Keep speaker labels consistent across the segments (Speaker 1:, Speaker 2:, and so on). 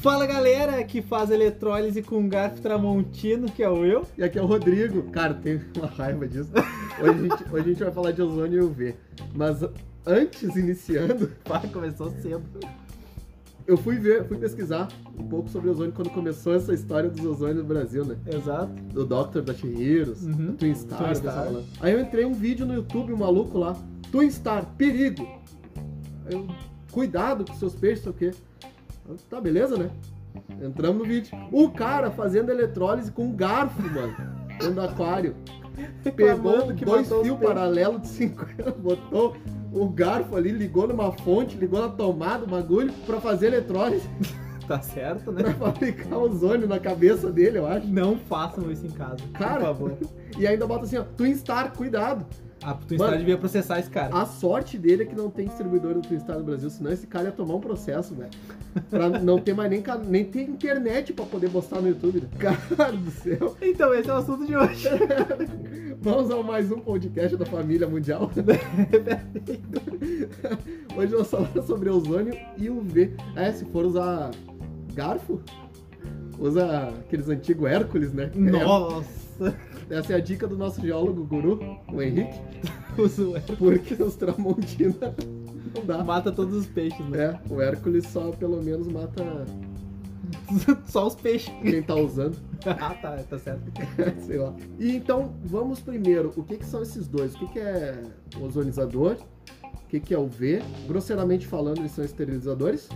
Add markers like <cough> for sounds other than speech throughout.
Speaker 1: Fala galera que faz eletrólise com garfo tramontino, que é o eu.
Speaker 2: E aqui é o Rodrigo. Cara, tem uma raiva disso. Hoje a gente, hoje a gente vai falar de ozônio UV. Mas antes, iniciando,
Speaker 1: Pá, começou cedo.
Speaker 2: eu fui ver, fui pesquisar um pouco sobre ozônio quando começou essa história dos ozônios no Brasil, né?
Speaker 1: Exato.
Speaker 2: Do Doctor, da Chihiros,
Speaker 1: Uhum.
Speaker 2: Twin Star,
Speaker 1: Twin
Speaker 2: dessa
Speaker 1: Star.
Speaker 2: galera. Aí eu entrei um vídeo no YouTube, um maluco lá, Twin Star, perigo! Aí Eu, cuidado com seus peixes, sei o quê. Eu, Tá, beleza, né? Entramos no vídeo. O cara fazendo eletrólise com um garfo, mano, dentro do aquário. Pegou um,
Speaker 1: Reclamando que
Speaker 2: dois
Speaker 1: matou os
Speaker 2: fios
Speaker 1: peixes.
Speaker 2: paralelos de <laughs> 50, botou o garfo ali, ligou numa fonte, ligou na tomada, o bagulho, pra fazer eletrólise, <laughs>
Speaker 1: Tá certo, né?
Speaker 2: pra fabricar ozônio na cabeça dele, eu acho.
Speaker 1: Não façam isso em casa,
Speaker 2: Cara.
Speaker 1: por favor.
Speaker 2: E ainda bota assim, ó, Twinstar, cuidado.
Speaker 1: A Twin
Speaker 2: Mano.
Speaker 1: Star devia processar esse cara.
Speaker 2: A sorte dele é que não tem distribuidor do Twinstar no Brasil, senão esse cara ia tomar um processo, velho. Pra não ter mais nem, ca- nem ter internet pra poder postar no YouTube, né? <laughs> Cara do céu.
Speaker 1: Então, esse é o assunto de
Speaker 2: <laughs>
Speaker 1: hoje.
Speaker 2: Vamos ao mais um podcast da família mundial. Hoje nós falamos sobre ozônio e UV. É, se for usar garfo, usa aqueles antigos Hércules, né?
Speaker 1: Nossa, <laughs>
Speaker 2: É, essa é a dica do nosso geólogo guru, o Henrique,
Speaker 1: o zoé
Speaker 2: porque os Tramontina <laughs> não dá.
Speaker 1: mata todos os peixes,
Speaker 2: <laughs>
Speaker 1: né?
Speaker 2: É, o Hércules só pelo menos mata
Speaker 1: Só os peixes.
Speaker 2: quem tá usando,
Speaker 1: Ah, tá, tá certo.
Speaker 2: <laughs> sei lá. E então, vamos primeiro, o que que são esses dois? O que que é o ozonizador? O que que é o V? Grosseiramente falando, eles são esterilizadores.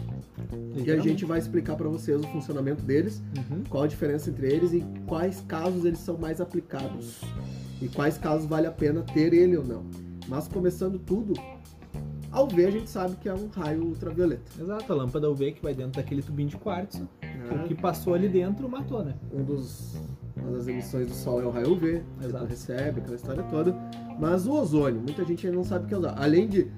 Speaker 2: E a gente vai explicar pra vocês o funcionamento deles,
Speaker 1: Uhum.
Speaker 2: qual a diferença entre eles e quais casos eles são mais aplicados. E quais casos vale a pena ter ele ou não. Mas começando tudo, ao V a gente sabe que é um raio ultravioleta.
Speaker 1: Exato, a lâmpada UV que vai dentro daquele tubinho de quartzo.
Speaker 2: né?
Speaker 1: O que passou ali dentro matou, né?
Speaker 2: um dos, uma das emissões do Sol é o raio UV, que
Speaker 1: Exato.
Speaker 2: tu recebe, aquela história toda. Mas o ozônio, muita gente ainda não sabe o que é ozônio. Além de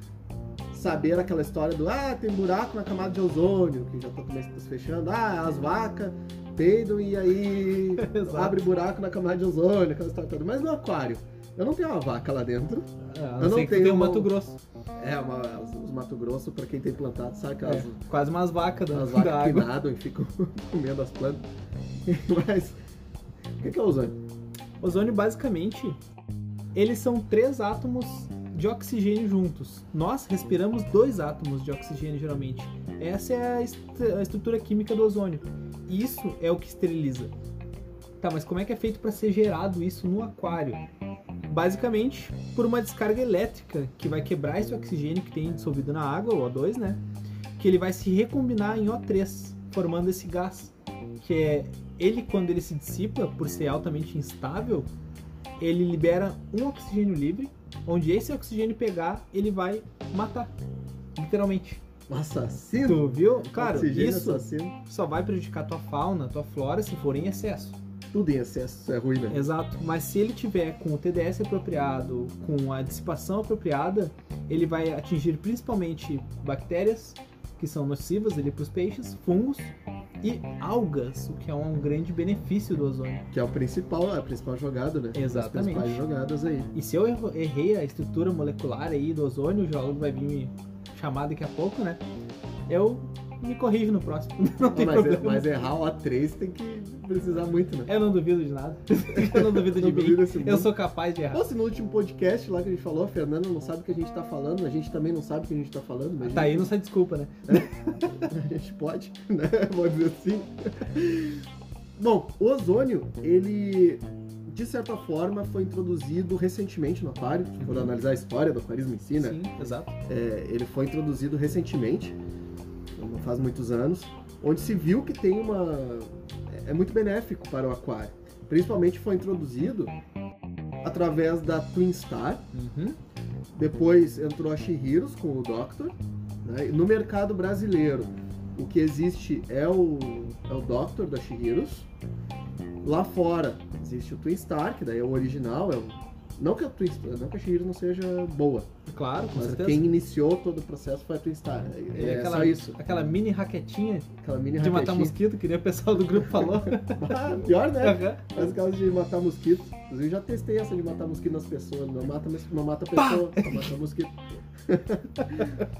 Speaker 2: saber aquela história do, ah, tem buraco na camada de ozônio, que já tá começando se fechando, ah, as vacas peidam e aí
Speaker 1: <laughs> Exato.
Speaker 2: abre buraco na camada de ozônio, aquela história toda. Mas no aquário, eu não tenho uma vaca lá dentro.
Speaker 1: Ah, a
Speaker 2: Eu
Speaker 1: não
Speaker 2: não
Speaker 1: ser que tu
Speaker 2: tenho
Speaker 1: tem um
Speaker 2: uma-
Speaker 1: Mato Grosso.
Speaker 2: É, uma, os, os Mato Grosso, pra quem tem plantado, sabe aquelas...
Speaker 1: É, quase umas vacas da,
Speaker 2: As
Speaker 1: da
Speaker 2: vacas que
Speaker 1: água.
Speaker 2: nadam e ficam <laughs> comendo as plantas. <laughs> Mas, o que que é ozônio?
Speaker 1: Ozônio, basicamente, eles são três átomos de oxigênio juntos. Nós respiramos dois átomos de oxigênio, geralmente. Essa é a, est- a estrutura química do ozônio. Isso é o que esteriliza. Tá, mas como é que é feito para ser gerado isso no aquário? Basicamente, por uma descarga elétrica que vai quebrar esse oxigênio que tem dissolvido na água, o O2, né? Que ele vai se recombinar em O3, formando esse gás. Que é ele, quando ele se dissipa, por ser altamente instável, ele libera um oxigênio livre, onde esse oxigênio pegar, ele vai matar. Literalmente.
Speaker 2: Um assassino?
Speaker 1: Tu viu? Cara,
Speaker 2: Oxigênio é
Speaker 1: isso
Speaker 2: assassino,
Speaker 1: só vai prejudicar tua fauna, tua flora, se for em excesso.
Speaker 2: tudo em excesso é ruim, né?
Speaker 1: Exato. Mas se ele tiver com o TDS apropriado, com a dissipação apropriada, ele vai atingir principalmente bactérias, que são nocivas ali para os peixes, fungos e algas, o que é um grande benefício do ozônio.
Speaker 2: Que é o principal, a principal jogada, né? As
Speaker 1: Exatamente.
Speaker 2: principais jogadas aí.
Speaker 1: E se eu erro- errei a estrutura molecular aí do ozônio, o geólogo vai vir me chamar daqui a pouco, né? Eu me corrijo no próximo. <laughs> <laughs> Não tem
Speaker 2: mas,
Speaker 1: problema.
Speaker 2: é- mas errar o A3 tem que precisar muito, né?
Speaker 1: Eu não duvido de
Speaker 2: <laughs>
Speaker 1: nada. É, Eu não duvido de
Speaker 2: Não
Speaker 1: mim.
Speaker 2: duvido desse
Speaker 1: Eu
Speaker 2: mundo.
Speaker 1: sou capaz de errar.
Speaker 2: Pô, se no último podcast lá que a gente falou, a Fernanda não sabe o que a gente tá falando, a gente também não sabe o que a gente tá falando, mas
Speaker 1: Tá
Speaker 2: a,
Speaker 1: aí,
Speaker 2: gente,
Speaker 1: não sai desculpa, né?
Speaker 2: <laughs> a gente pode, né? <laughs> Vou dizer assim. Bom, o ozônio, ele, de certa forma, foi introduzido recentemente no aquário, se for
Speaker 1: Uhum.
Speaker 2: analisar a história do aquarismo em si, né?
Speaker 1: Sim, exato.
Speaker 2: É, ele foi introduzido recentemente, não faz muitos anos, onde se viu que tem uma. é muito benéfico para o aquário. Principalmente foi introduzido através da Twin Star,
Speaker 1: Uhum.
Speaker 2: depois entrou a Shihiros com o Doctor. né? E No mercado brasileiro, o que existe é o, é o Doctor da Shihiros. Lá fora existe o Twin Star, que daí é o original, é o- Não que, a Twin Star, não que a Shihiros não seja boa,
Speaker 1: Claro, com
Speaker 2: mas
Speaker 1: certeza.
Speaker 2: quem iniciou todo o processo foi a Twin Star. É,
Speaker 1: É aquela-
Speaker 2: só isso.
Speaker 1: Aquela mini raquetinha
Speaker 2: Aquela mini
Speaker 1: de matar
Speaker 2: raquetinha.
Speaker 1: mosquito, que nem o pessoal do grupo
Speaker 2: <laughs>
Speaker 1: falou. <laughs>
Speaker 2: Ah, pior, né?
Speaker 1: Aham.
Speaker 2: Mas aquelas de matar mosquito. Inclusive, eu já testei essa de matar mosquito nas pessoas. Não mata, mas não mata a
Speaker 1: Pá!
Speaker 2: pessoa, só mata mosquito. <laughs>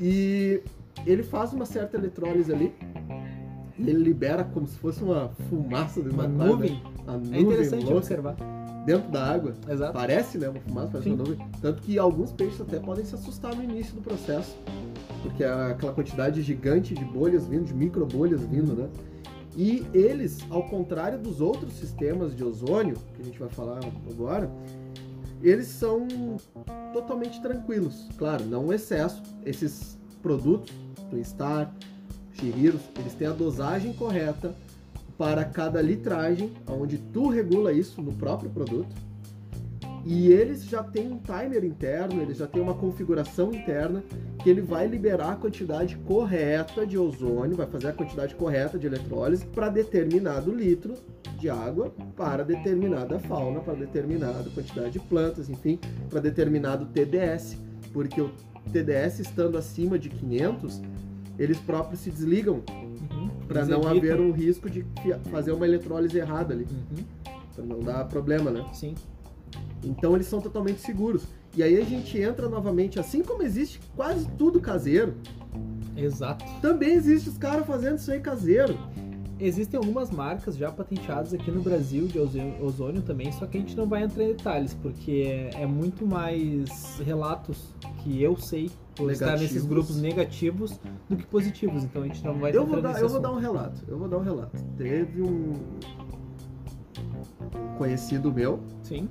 Speaker 2: e ele faz uma certa eletrólise ali. E ele libera como se fosse uma fumaça de
Speaker 1: Uma
Speaker 2: matar, né?
Speaker 1: nuvem.
Speaker 2: Uma
Speaker 1: É
Speaker 2: nuvem
Speaker 1: interessante
Speaker 2: louca
Speaker 1: observar.
Speaker 2: dentro da água.
Speaker 1: Exato.
Speaker 2: Parece, né? Uma fumaça, parece
Speaker 1: Sim.
Speaker 2: uma nuvem. Tanto que alguns peixes até podem se assustar no início do processo. Porque é aquela quantidade gigante de bolhas vindo, de microbolhas vindo, né? E eles, ao contrário dos outros sistemas de ozônio, que a gente vai falar agora, eles são totalmente tranquilos. Claro, não o excesso. Esses produtos, Twinstar, Shihiros, eles têm a dosagem correta para cada litragem, onde tu regula isso no próprio produto. E eles já têm um timer interno, eles já têm uma configuração interna que ele vai liberar a quantidade correta de ozônio, vai fazer a quantidade correta de eletrólise para determinado litro de água, para determinada fauna, para determinada quantidade de plantas, enfim, para determinado TDS, porque o TDS estando acima de 500, eles próprios se desligam
Speaker 1: Uhum.
Speaker 2: para
Speaker 1: Eles
Speaker 2: não
Speaker 1: evitam-
Speaker 2: haver um risco de fia- fazer uma eletrólise errada ali,
Speaker 1: Uhum.
Speaker 2: para não dar problema, né?
Speaker 1: Sim.
Speaker 2: Então eles são totalmente seguros. E aí a gente entra novamente, assim como existe quase tudo caseiro,
Speaker 1: Exato.
Speaker 2: também existe os caras fazendo isso aí caseiro.
Speaker 1: Existem algumas marcas já patenteadas aqui no Brasil de ozo- ozônio também, só que a gente não vai entrar em detalhes, porque é, é muito mais relatos que eu sei por estar
Speaker 2: Negativos.
Speaker 1: nesses grupos negativos do que positivos, então a gente não vai
Speaker 2: Eu
Speaker 1: entrar
Speaker 2: vou, dar,
Speaker 1: nesse
Speaker 2: eu vou dar
Speaker 1: assunto.
Speaker 2: um relato, eu vou dar um relato. Teve um um conhecido meu
Speaker 1: Sim.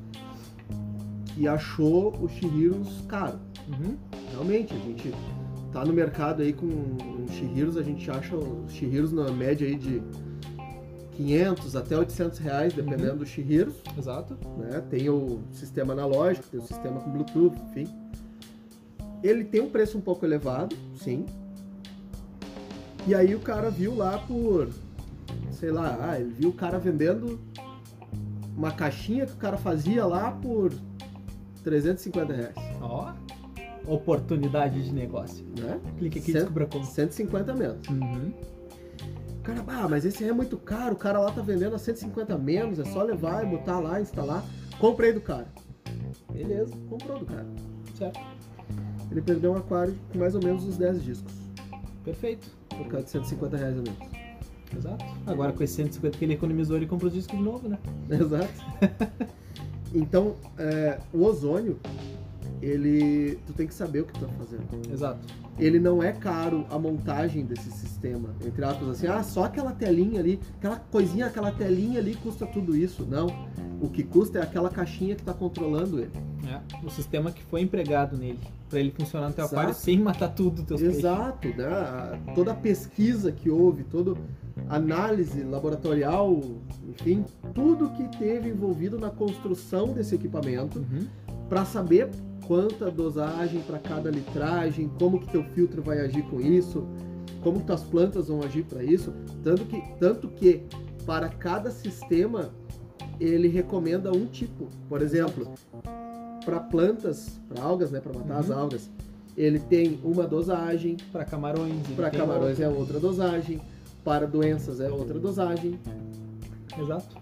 Speaker 2: que achou o Shihiros caro.
Speaker 1: Uhum.
Speaker 2: Realmente, a gente tá no mercado aí com um Shihiros, a gente acha os Shihiros na média aí de 500 até 800 reais, dependendo do Shihiros.
Speaker 1: Exato.
Speaker 2: né? Tem o sistema analógico, tem o sistema com Bluetooth, enfim. Ele tem um preço um pouco elevado, sim. E aí o cara viu lá por, sei lá, ah, ele viu o cara vendendo uma caixinha que o cara fazia lá por 350 reais,
Speaker 1: Ó. Oportunidade de negócio.
Speaker 2: né?
Speaker 1: Clique aqui e
Speaker 2: Certo.
Speaker 1: descubra como.
Speaker 2: 150 menos.
Speaker 1: Uhum.
Speaker 2: O cara, ah, mas esse aí é muito caro, o cara lá tá vendendo a 150 menos, é só levar e botar lá, instalar. Comprei do cara. Beleza, comprou do cara.
Speaker 1: Certo.
Speaker 2: Ele perdeu um aquário com mais ou menos uns 10 discos,
Speaker 1: Perfeito.
Speaker 2: por causa de 150 reais a menos. <laughs>
Speaker 1: Exato. Agora com esse 150 que ele economizou, ele compra os discos de novo, né?
Speaker 2: Exato. Então, é, o ozônio, ele. Tu tem que saber o que tu tá fazendo.
Speaker 1: Exato.
Speaker 2: Ele não é caro a montagem desse sistema. Entre aspas, assim, ah, só aquela telinha ali, aquela coisinha, aquela telinha ali custa tudo isso. Não. O que custa é aquela caixinha que tá controlando ele.
Speaker 1: É, o sistema que foi empregado nele, pra ele funcionar no teu
Speaker 2: Exato.
Speaker 1: aquário sem matar tudo os teus
Speaker 2: Exato, né? A- Toda a pesquisa que houve, toda a análise laboratorial, enfim, tudo que teve envolvido na construção desse equipamento
Speaker 1: peixes. Uhum.
Speaker 2: para saber quanta dosagem para cada litragem, como que teu filtro vai agir com isso, como que tuas plantas vão agir para isso, tanto que tanto que para cada sistema ele recomenda um tipo. Por exemplo, para plantas, para algas, né, para matar as
Speaker 1: Uhum.
Speaker 2: algas, ele tem uma dosagem,
Speaker 1: Pra camarões. ele
Speaker 2: para
Speaker 1: tem
Speaker 2: camarões é outra dosagem, para doenças é outra dosagem.
Speaker 1: uma- Exato.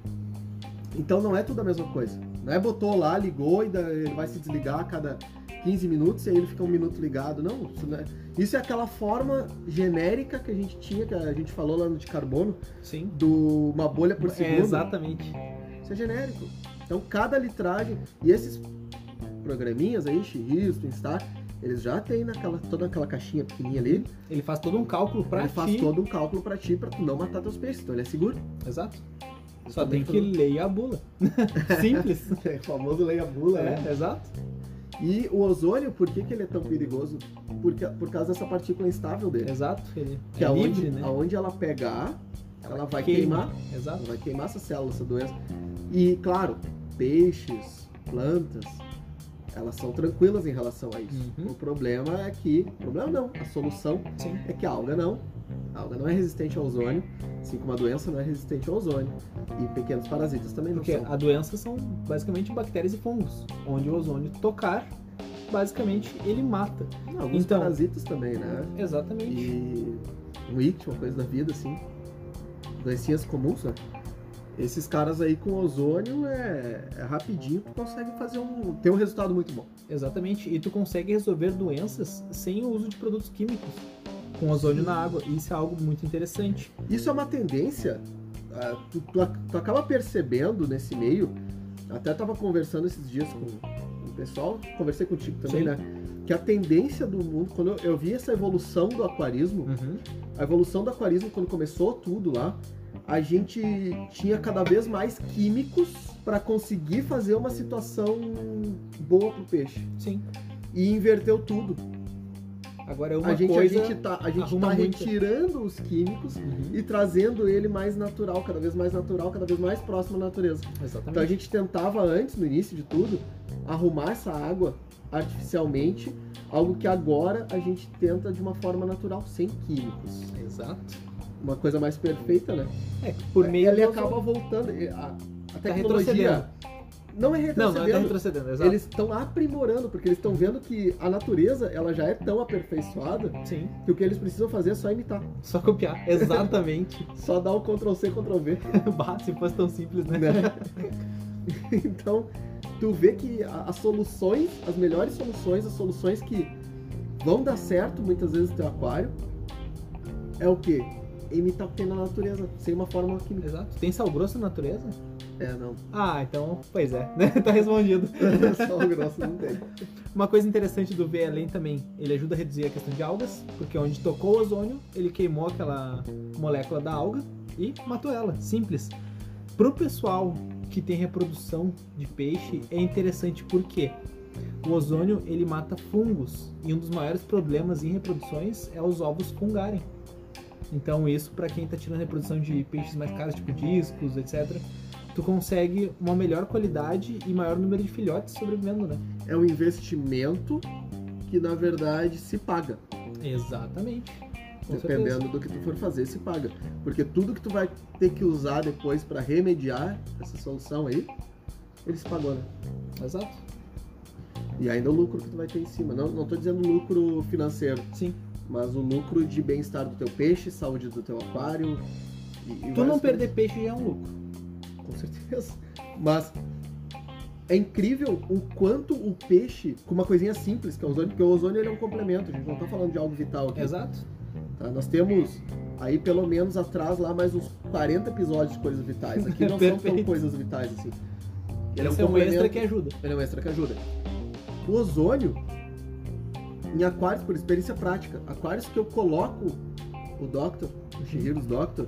Speaker 2: Então não é tudo a mesma coisa. Não é botou lá, ligou e da- ele vai se desligar a cada 15 minutos e aí ele fica um minuto ligado. Não, isso, não é, isso é aquela forma genérica que a gente tinha, que a gente falou lá no de carbono,
Speaker 1: Sim.
Speaker 2: do uma bolha por
Speaker 1: É,
Speaker 2: segundo. né?
Speaker 1: exatamente.
Speaker 2: Isso é genérico. Então cada litragem e esses programinhas aí, Xirios, Twinstar, eles já tem naquela, toda aquela caixinha pequenininha ali,
Speaker 1: Ele faz todo um cálculo pra
Speaker 2: ele
Speaker 1: ti.
Speaker 2: faz todo um cálculo pra ti, pra tu não matar teus peixes, então ele é seguro.
Speaker 1: Exato. Só
Speaker 2: também
Speaker 1: tem que
Speaker 2: falou.
Speaker 1: ler a
Speaker 2: <laughs>
Speaker 1: bula. Simples.
Speaker 2: É o famoso leia bula, né?
Speaker 1: é, exato.
Speaker 2: E o ozônio, por que, que ele é tão perigoso? Porque, por causa dessa partícula instável dele.
Speaker 1: Exato. Ele
Speaker 2: que
Speaker 1: é
Speaker 2: aonde,
Speaker 1: livre, né?
Speaker 2: aonde ela pegar, ela, vai
Speaker 1: Queima.
Speaker 2: queimar. Ela
Speaker 1: Exato.
Speaker 2: vai queimar essa célula, essa doença. E, claro, peixes, plantas, elas são tranquilas em relação a isso.
Speaker 1: Uhum.
Speaker 2: O problema é que. O problema não. A solução
Speaker 1: Sim.
Speaker 2: é que a alga não. A alga não é resistente ao ozônio, assim como a doença não é resistente ao ozônio. E pequenos parasitas também não
Speaker 1: Porque
Speaker 2: são.
Speaker 1: a doença são basicamente bactérias e fungos. Onde o ozônio tocar, basicamente ele mata.
Speaker 2: Não, alguns
Speaker 1: então-
Speaker 2: parasitas também, né?
Speaker 1: Exatamente.
Speaker 2: e um it, uma coisa da vida, assim. Doencinhas comuns, né? Esses caras aí com ozônio é, é rapidinho, tu consegue fazer um. ter um resultado muito bom.
Speaker 1: Exatamente. E tu consegue resolver doenças sem o uso de produtos químicos. com ozônio na água. Isso é algo muito interessante.
Speaker 2: Isso é uma tendência. ah, tu, tu ac- tu acaba percebendo nesse meio. Até tava conversando esses dias com o pessoal, conversei contigo também,
Speaker 1: Sim.
Speaker 2: né? Que a tendência do mundo, quando eu, eu vi essa evolução do
Speaker 1: Uhum.
Speaker 2: aquarismo, a evolução do aquarismo, quando começou tudo lá, a gente tinha cada vez mais químicos para conseguir fazer uma situação boa pro peixe.
Speaker 1: Sim.
Speaker 2: E inverteu tudo.
Speaker 1: Agora é uma
Speaker 2: A gente, a
Speaker 1: coisa.
Speaker 2: gente tá, a gente tá
Speaker 1: arruma muito.
Speaker 2: retirando os químicos
Speaker 1: Uhum,
Speaker 2: e trazendo ele mais natural, cada vez mais natural, cada vez mais próximo à natureza. Então a
Speaker 1: Exatamente.
Speaker 2: gente tentava antes, no início de tudo, arrumar essa água artificialmente, algo que agora a gente tenta de uma forma natural, sem químicos.
Speaker 1: Exato.
Speaker 2: Uma coisa mais perfeita, né?
Speaker 1: É, por meio
Speaker 2: ele
Speaker 1: do
Speaker 2: acaba voltando. e A, a
Speaker 1: Tá
Speaker 2: tecnologia
Speaker 1: retrocedendo.
Speaker 2: não é
Speaker 1: Não, não é tá
Speaker 2: retrocedendo.
Speaker 1: retrocedendo, exato.
Speaker 2: eles estão aprimorando, porque eles estão vendo que a natureza ela já é tão aperfeiçoada
Speaker 1: Sim,
Speaker 2: que o que eles precisam fazer é só imitar.
Speaker 1: só copiar. Exatamente. <laughs>
Speaker 2: Só dar o Ctrl C, Ctrl V. <laughs>
Speaker 1: Bah, Se fosse tão simples, né?
Speaker 2: né? então, tu vê que a- as soluções, as melhores soluções, as soluções que vão dar certo muitas vezes no teu aquário, é o quê? Imitar o que tem na natureza, sem uma fórmula química.
Speaker 1: Exato. Tem sal grosso na natureza?
Speaker 2: É, <laughs> não.
Speaker 1: Ah, então, pois é, né? <laughs> Tá respondido.
Speaker 2: É Só o grosso não tem.
Speaker 1: Uma coisa interessante do VLN também, ele ajuda a reduzir a questão de algas, porque onde tocou o ozônio, ele queimou aquela molécula da alga e matou ela. Simples. Pro pessoal que tem reprodução de peixe, é interessante porque o ozônio ele mata fungos e um dos maiores problemas em reproduções é os ovos fungarem. Então isso para quem tá tirando reprodução de peixes mais caros, tipo discos, etc, tu consegue uma melhor qualidade e maior número de filhotes sobrevivendo, né?
Speaker 2: É um investimento que, na verdade, se paga.
Speaker 1: Exatamente. Com certeza.
Speaker 2: Dependendo do que tu for fazer, se paga. Porque tudo que tu vai ter que usar depois pra remediar essa solução aí, ele se pagou, né?
Speaker 1: Exato.
Speaker 2: E ainda o lucro que tu vai ter em cima. Não, não tô dizendo lucro financeiro,
Speaker 1: Sim.
Speaker 2: mas o lucro de bem-estar do teu peixe, saúde do teu aquário. E, e
Speaker 1: Tu não
Speaker 2: várias
Speaker 1: perder peixe já é um lucro.
Speaker 2: coisas, Com certeza. Mas é incrível o quanto o peixe, com uma coisinha simples, que é o ozônio, porque o ozônio ele é um complemento, a gente não tá falando de algo vital aqui.
Speaker 1: Exato.
Speaker 2: tá? Nós temos aí pelo menos atrás lá mais uns 40 episódios de coisas vitais. Aqui não são tão
Speaker 1: Perfeito.
Speaker 2: coisas vitais assim. Ele
Speaker 1: Esse é um
Speaker 2: complemento-
Speaker 1: extra que ajuda.
Speaker 2: Ele é um extra que ajuda. O ozônio, em aquários, por experiência prática, aquários que eu coloco o Doctor, o Shihiro's Doctor,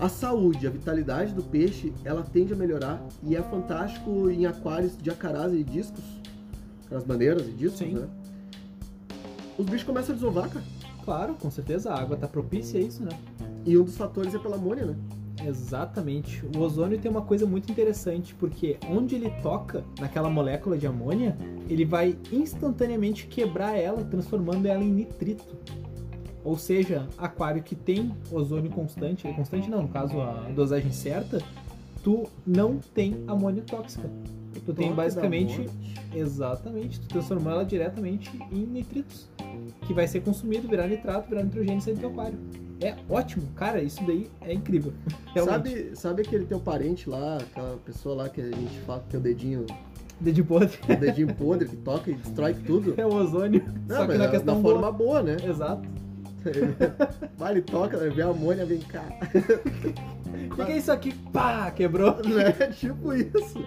Speaker 2: a saúde, a vitalidade do peixe, ela tende a melhorar e é fantástico em aquários de acarás e discos, aquelas maneiras e discos,
Speaker 1: Sim.
Speaker 2: né? Os bichos começam a desovar, cara.
Speaker 1: Claro, com certeza a água tá propícia a isso, né?
Speaker 2: E um dos fatores é pela amônia, né?
Speaker 1: Exatamente. O ozônio tem uma coisa muito interessante, porque onde ele toca naquela molécula de amônia, ele vai instantaneamente quebrar ela, transformando ela em nitrito. Ou seja, aquário que tem ozônio constante, constante não, no caso a dosagem certa, tu não tem amônia tóxica. Tu tem
Speaker 2: Toque
Speaker 1: basicamente
Speaker 2: da amônia.
Speaker 1: Exatamente, tu transformou ela diretamente em nitritos, que vai ser consumido, virar nitrato, virar nitrogênio e sair do teu aquário. É ótimo, cara, isso daí é incrível.
Speaker 2: <laughs>
Speaker 1: Realmente.
Speaker 2: Sabe, sabe aquele teu parente lá, aquela pessoa lá que a gente fala que tem o dedinho,
Speaker 1: Dedo podre
Speaker 2: o
Speaker 1: <laughs>
Speaker 2: dedinho podre que toca e destrói tudo?
Speaker 1: é o ozônio, só
Speaker 2: Não,
Speaker 1: que
Speaker 2: mas
Speaker 1: na
Speaker 2: na,
Speaker 1: questão
Speaker 2: na
Speaker 1: boa.
Speaker 2: forma boa, né? <laughs>
Speaker 1: Exato.
Speaker 2: Vale, toca, né? vê a amônia, vem cá. <laughs> né?
Speaker 1: O que que é isso aqui? Pá, quebrou.
Speaker 2: É tipo isso.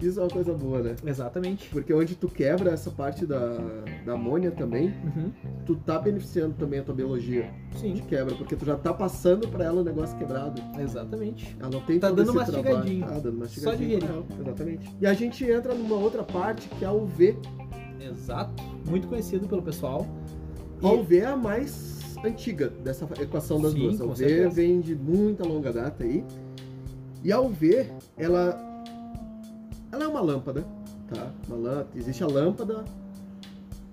Speaker 2: Isso é uma coisa boa, né?
Speaker 1: Exatamente.
Speaker 2: Porque onde tu quebra essa parte da, da amônia também,
Speaker 1: Uhum,
Speaker 2: tu tá beneficiando também a tua biologia de
Speaker 1: Sim,
Speaker 2: quebra, porque tu já tá passando pra ela o negócio quebrado.
Speaker 1: exatamente.
Speaker 2: Ela não tem
Speaker 1: Tá
Speaker 2: todo
Speaker 1: dando
Speaker 2: esse
Speaker 1: mastigadinho.
Speaker 2: Trabalho. Tá dando
Speaker 1: Só
Speaker 2: mastigadinho.
Speaker 1: digerir.
Speaker 2: pra ela, Exatamente. E a gente entra numa outra parte que é a UV.
Speaker 1: Exato. Muito conhecido pelo pessoal.
Speaker 2: A UV é a mais antiga dessa equação das
Speaker 1: Sim,
Speaker 2: duas. A
Speaker 1: com
Speaker 2: UV
Speaker 1: certeza.
Speaker 2: vem de muita longa data aí. E a UV, ela, ela é uma lâmpada, tá? Uma lâmpada, existe a lâmpada.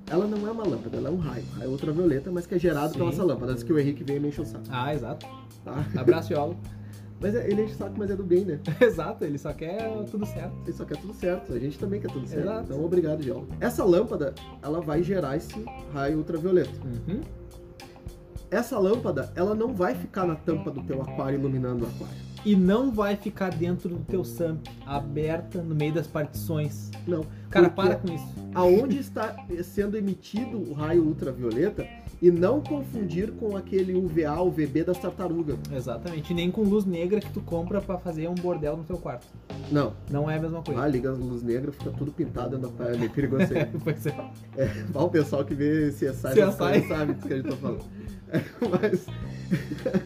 Speaker 2: Ela não é uma lâmpada, ela é um raio, raio ultravioleta, mas que é gerado
Speaker 1: Sim.
Speaker 2: pela essa lâmpada. Diz que o Henrique veio e me encheu o saco,
Speaker 1: Ah, exato.
Speaker 2: tá?
Speaker 1: Abraço, Yolo. <laughs>
Speaker 2: Mas é- ele enche o saco, mas é do bem, né?
Speaker 1: Exato, ele só quer tudo certo.
Speaker 2: Ele só quer tudo certo, a gente também quer tudo certo.
Speaker 1: Exato.
Speaker 2: Então, obrigado, Gel. Essa lâmpada, ela vai gerar esse raio ultravioleta.
Speaker 1: Uhum.
Speaker 2: essa lâmpada, ela não vai ficar na tampa do teu aquário iluminando o aquário.
Speaker 1: e não vai ficar dentro do teu SAMP, aberta no meio das partições.
Speaker 2: Não.
Speaker 1: Cara,
Speaker 2: Porque-
Speaker 1: para com isso.
Speaker 2: Aonde está sendo emitido o raio ultravioleta e não confundir com aquele UVA, UVB das tartarugas.
Speaker 1: Exatamente. Nem com luz negra que tu compra pra fazer um bordel no teu quarto.
Speaker 2: Não.
Speaker 1: Não é a mesma coisa.
Speaker 2: Ah, liga as luzes negras, fica tudo pintado na praia, é meio perigoso isso aí.
Speaker 1: <laughs> pois é.
Speaker 2: <laughs> Ó, o pessoal que vê CSI,
Speaker 1: CSI.
Speaker 2: sabe, sabe do que a gente tá falando. <laughs> Mas. <laughs>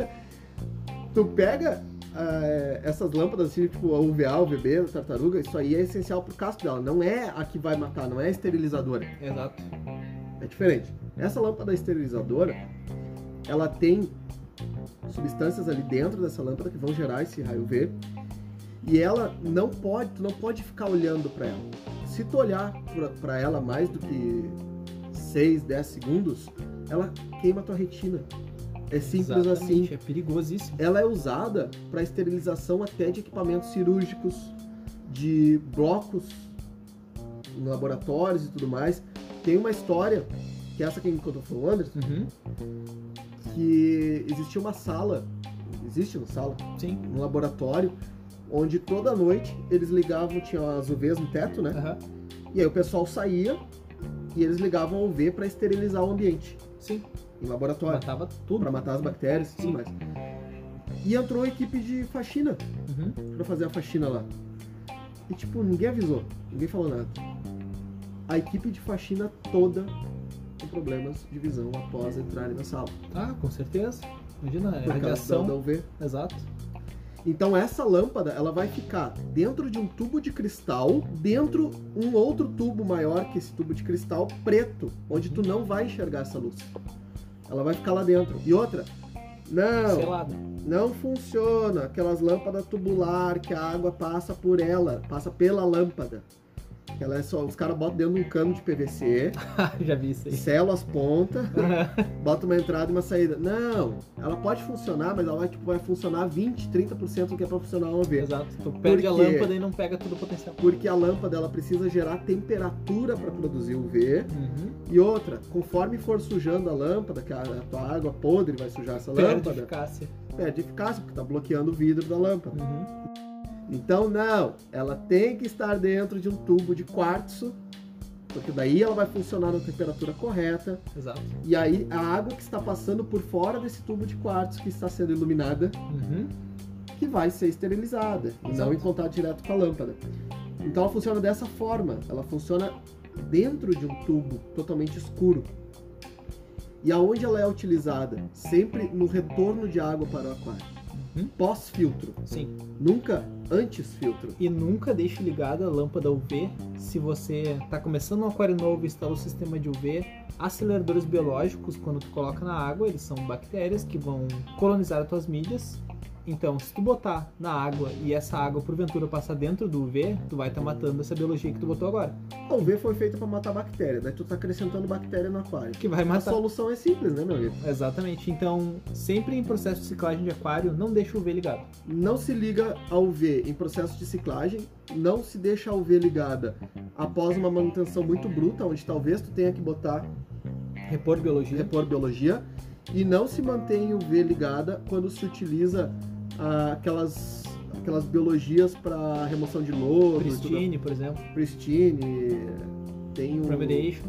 Speaker 2: tu pega eh, essas lâmpadas assim, tipo a UVA, UVB, a tartaruga, isso aí é essencial pro casco dela. Não é a que vai matar, não é a esterilizadora.
Speaker 1: Exato.
Speaker 2: É diferente. Essa lâmpada esterilizadora, ela tem substâncias ali dentro dessa lâmpada que vão gerar esse raio V. E ela não pode, tu não pode ficar olhando para ela. Se tu olhar para ela mais do que 6, 10 segundos, ela queima tua retina. É simples
Speaker 1: Exatamente.
Speaker 2: assim.
Speaker 1: É perigosíssimo.
Speaker 2: Ela é usada para esterilização até de equipamentos cirúrgicos, de blocos em laboratórios e tudo mais. Tem uma história, que é essa que eu tô falando, Anderson,
Speaker 1: Uhum.
Speaker 2: que existia uma sala, existe uma sala,
Speaker 1: Sim.
Speaker 2: um laboratório, onde toda noite eles ligavam, tinha as UVs no teto, né?
Speaker 1: Aham.
Speaker 2: E aí o pessoal saía e eles ligavam a UV para esterilizar o ambiente
Speaker 1: Sim.
Speaker 2: em laboratório,
Speaker 1: Matava
Speaker 2: para
Speaker 1: tudo.
Speaker 2: matar as bactérias e tudo
Speaker 1: Sim.
Speaker 2: mais. E entrou a equipe de faxina
Speaker 1: Uhum.
Speaker 2: pra fazer a faxina lá. E tipo, ninguém avisou, ninguém falou nada. A equipe de faxina toda com problemas de visão após entrarem na sala.
Speaker 1: Ah, com certeza. Imagina, é
Speaker 2: Por causa da-
Speaker 1: radiação.
Speaker 2: da UV.
Speaker 1: Exato.
Speaker 2: Então essa lâmpada, ela vai ficar dentro de um tubo de cristal, dentro um outro tubo maior que esse tubo de cristal preto, onde tu não vai enxergar essa luz. Ela vai ficar lá dentro. E outra, não,
Speaker 1: Selada. <laughs>
Speaker 2: não funciona aquelas lâmpadas tubular que a água passa por ela, passa pela lâmpada. Que Ela é só, os caras botam dentro de um cano de PVC,
Speaker 1: Ah, Já vi isso aí.
Speaker 2: selam as pontas,
Speaker 1: Aham.
Speaker 2: bota uma entrada e uma saída. Não, ela pode funcionar, mas ela vai, tipo, vai funcionar 20, 30% do que é pra funcionar uma vez.
Speaker 1: <laughs> Exato. Tu perde a
Speaker 2: quê?
Speaker 1: lâmpada e não pega todo o potencial.
Speaker 2: Porque a lâmpada ela precisa gerar temperatura para produzir UV.
Speaker 1: Uhum.
Speaker 2: E outra, conforme for sujando a lâmpada, que a, a tua água podre vai sujar essa
Speaker 1: Perde
Speaker 2: lâmpada,
Speaker 1: eficácia.
Speaker 2: perde eficácia, porque tá bloqueando o vidro da lâmpada.
Speaker 1: Uhum.
Speaker 2: Então não, ela tem que estar dentro de um tubo de quartzo, porque daí ela vai funcionar na temperatura correta.
Speaker 1: Exato.
Speaker 2: E aí a água que está passando por fora desse tubo de quartzo que está sendo iluminada,
Speaker 1: Uhum.
Speaker 2: que vai ser esterilizada, e não
Speaker 1: Exato.
Speaker 2: em contato direto com a lâmpada. Então ela funciona dessa forma, ela funciona dentro de um tubo totalmente escuro. E aonde ela é utilizada? Sempre no retorno de água para o aquário.
Speaker 1: Uhum.
Speaker 2: Pós-filtro,
Speaker 1: Sim.
Speaker 2: nunca antes-filtro.
Speaker 1: E nunca deixe ligada a lâmpada UV se você está começando um aquário novo e instala o sistema de UV. Aceleradores biológicos, quando tu coloca na água, eles são bactérias que vão colonizar as tuas mídias. Então, se tu botar na água e essa água porventura passar dentro do UV, tu vai estar matando essa biologia que tu botou agora,
Speaker 2: A UV foi feita para matar bactéria, daí tu tá acrescentando bactéria no aquário.
Speaker 1: que vai
Speaker 2: A
Speaker 1: matar.
Speaker 2: solução é simples, né, meu amigo?
Speaker 1: Exatamente. Então, sempre em processo de ciclagem de aquário, não deixa o UV ligado.
Speaker 2: Não se liga a UV em processo de ciclagem, não se deixa a UV ligada após uma manutenção muito bruta, onde talvez tu tenha que botar
Speaker 1: Repor biologia.
Speaker 2: repor biologia, e não se mantém UV ligada quando se utiliza ah, aquelas aquelas biologias para remoção de lodo, e tudo-
Speaker 1: Pristine, por exemplo.
Speaker 2: Pristine, tem o
Speaker 1: Remediation.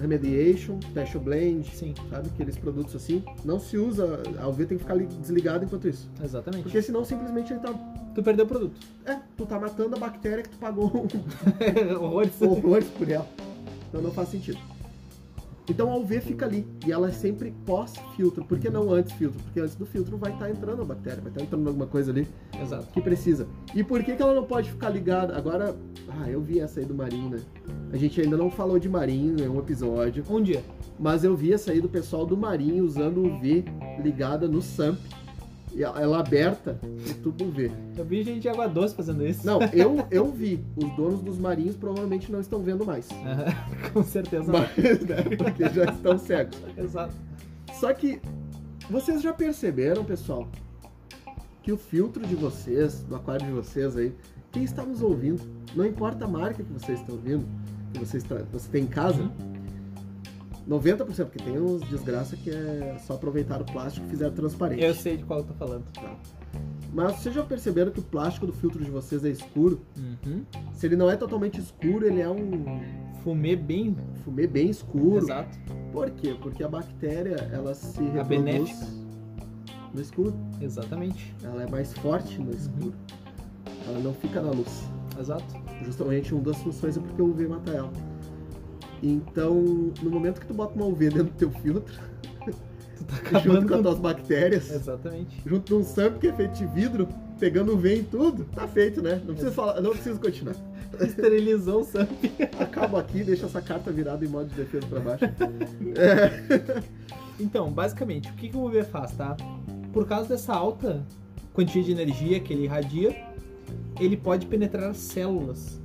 Speaker 2: Remediation, Special Blend,
Speaker 1: Sim,
Speaker 2: sabe? Aqueles produtos assim. Não se usa, a UV tem que ficar ali desligada enquanto isso.
Speaker 1: exatamente.
Speaker 2: Porque senão simplesmente ele tá.
Speaker 1: Tu perdeu o produto. <laughs>
Speaker 2: É, tu tá matando a bactéria que tu pagou <laughs>
Speaker 1: Horrores.
Speaker 2: horrores por ela. Então não faz sentido. Então a UV fica ali e ela é sempre pós-filtro. Por que não antes filtro? Porque antes do filtro vai estar entrando a bactéria, vai estar entrando alguma coisa ali
Speaker 1: Exato.
Speaker 2: que precisa. E por que, que ela não pode ficar ligada? Agora, ah, eu vi essa aí do Marinho, né? A gente ainda não falou de Marinho, é um episódio.
Speaker 1: Um dia.
Speaker 2: Mas eu vi essa aí do pessoal do Marinho usando o V ligada no SAMP. E a- ela aberta e tubo V.
Speaker 1: Eu vi gente de água doce fazendo isso.
Speaker 2: Não, eu, eu vi. Os donos dos marinhos provavelmente não estão vendo mais.
Speaker 1: Aham, <laughs> Com certeza não.
Speaker 2: Mas, né, porque já estão cegos.
Speaker 1: Exato.
Speaker 2: Só que vocês já perceberam, pessoal, que o filtro de vocês, do aquário de vocês aí, quem está nos ouvindo, não importa a marca que vocês estão ouvindo, que vocês tra- você tem em casa, 90%, porque tem uns desgraça que é só aproveitar o plástico e fizeram transparente.
Speaker 1: Eu sei de qual eu tô falando.
Speaker 2: Mas vocês já perceberam que o plástico do filtro de vocês é escuro?
Speaker 1: Uhum.
Speaker 2: Se ele não é totalmente escuro, ele é um
Speaker 1: Fumê bem.
Speaker 2: fumê bem escuro.
Speaker 1: Exato.
Speaker 2: Por quê? Porque a bactéria, ela se
Speaker 1: A
Speaker 2: reproduz
Speaker 1: benéfica.
Speaker 2: no escuro.
Speaker 1: Exatamente.
Speaker 2: Ela é mais forte no escuro. Ela não fica na luz.
Speaker 1: Exato.
Speaker 2: Justamente uma das funções é porque o UV mata ela. Então, no momento que tu bota uma UV dentro do teu filtro, <laughs>
Speaker 1: Tu tá
Speaker 2: junto
Speaker 1: acabando
Speaker 2: com as É.
Speaker 1: com...
Speaker 2: tuas bactérias,
Speaker 1: Exatamente.
Speaker 2: junto num sampo que é feito de vidro, pegando UV em tudo, tá feito, né? Não preciso falar, não preciso continuar.
Speaker 1: Esterilizou o sangue.
Speaker 2: Acabo aqui, deixa essa carta virada em modo de defesa pra baixo.
Speaker 1: Então, basicamente, o que, que o UV faz, tá? Por causa dessa alta quantia de energia que ele irradia, ele pode penetrar células,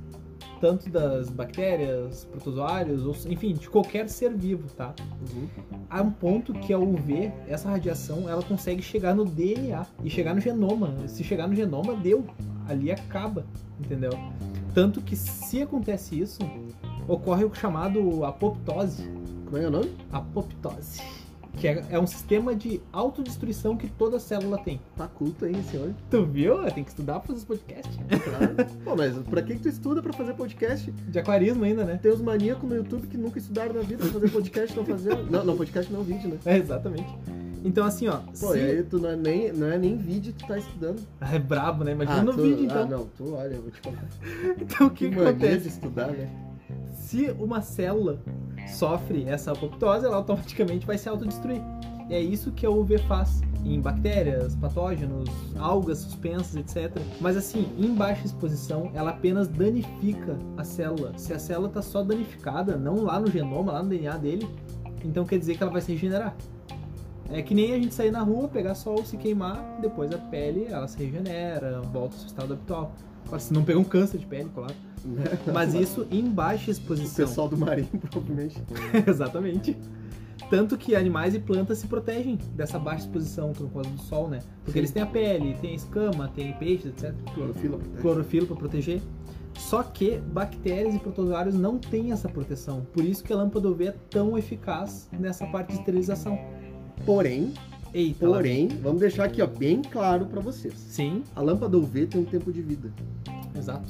Speaker 1: tanto das bactérias, protozoários, ou, enfim, de qualquer ser vivo, tá?
Speaker 2: Uhum.
Speaker 1: Há um ponto que a UV, essa radiação, ela consegue chegar no DNA e chegar no genoma. Se chegar no genoma, deu. Ali acaba, entendeu? Tanto que se acontece isso, ocorre o chamado apoptose,
Speaker 2: Como é o nome?
Speaker 1: apoptose, que é, é um sistema de autodestruição que toda célula tem.
Speaker 2: Tá culto, hein, esse homem?
Speaker 1: Tu viu? Tem que estudar pra fazer esse podcast.
Speaker 2: Claro. <laughs> Pô, mas pra quem que tu estuda pra fazer podcast?
Speaker 1: De aquarismo ainda, né?
Speaker 2: Tem os maníacos no YouTube que nunca estudaram na vida pra fazer podcast, não fazer. Não, não, podcast não, vídeo, né?
Speaker 1: É, exatamente. Então, assim, ó.
Speaker 2: Pô,
Speaker 1: se-
Speaker 2: e aí tu não é, nem, não é nem vídeo, tu tá estudando.
Speaker 1: Ah, É brabo, né? Imagina no
Speaker 2: tu,
Speaker 1: vídeo,
Speaker 2: Ah,
Speaker 1: então.
Speaker 2: não, tu olha, eu vou te contar.
Speaker 1: Então, o que, que
Speaker 2: mania
Speaker 1: acontece?
Speaker 2: de estudar, né?
Speaker 1: Se uma célula sofre essa apoptose, ela automaticamente vai se autodestruir. E é isso que a UV faz em bactérias, patógenos, algas suspensas, etc. Mas assim, em baixa exposição, ela apenas danifica a célula. Se a célula está só danificada, não lá no genoma, lá no DNA dele, então quer dizer que ela vai se regenerar. É que nem a gente sair na rua, pegar sol, se queimar, depois a pele ela se regenera, volta ao seu estado habitual. Claro, se não pega um câncer de pele, claro.
Speaker 2: <laughs>
Speaker 1: Mas então. isso em baixa
Speaker 2: O
Speaker 1: exposição.
Speaker 2: pessoal do marinho, <laughs> provavelmente.
Speaker 1: <laughs> Exatamente. Tanto que animais e plantas se protegem dessa baixa exposição por causa do sol, né? Porque
Speaker 2: Sim.
Speaker 1: eles têm a pele, têm a escama, têm peixes, etc.
Speaker 2: Clorofila. né?
Speaker 1: Clorofilo para proteger. Só que bactérias e protozoários não têm essa proteção. Por isso que a lâmpada UV é tão eficaz nessa parte de esterilização.
Speaker 2: Porém,
Speaker 1: Eita, Tá lá vem.
Speaker 2: porém, vamos deixar aqui, ó, bem claro pra vocês.
Speaker 1: Sim,
Speaker 2: A lâmpada UV tem um tempo de vida,
Speaker 1: exato.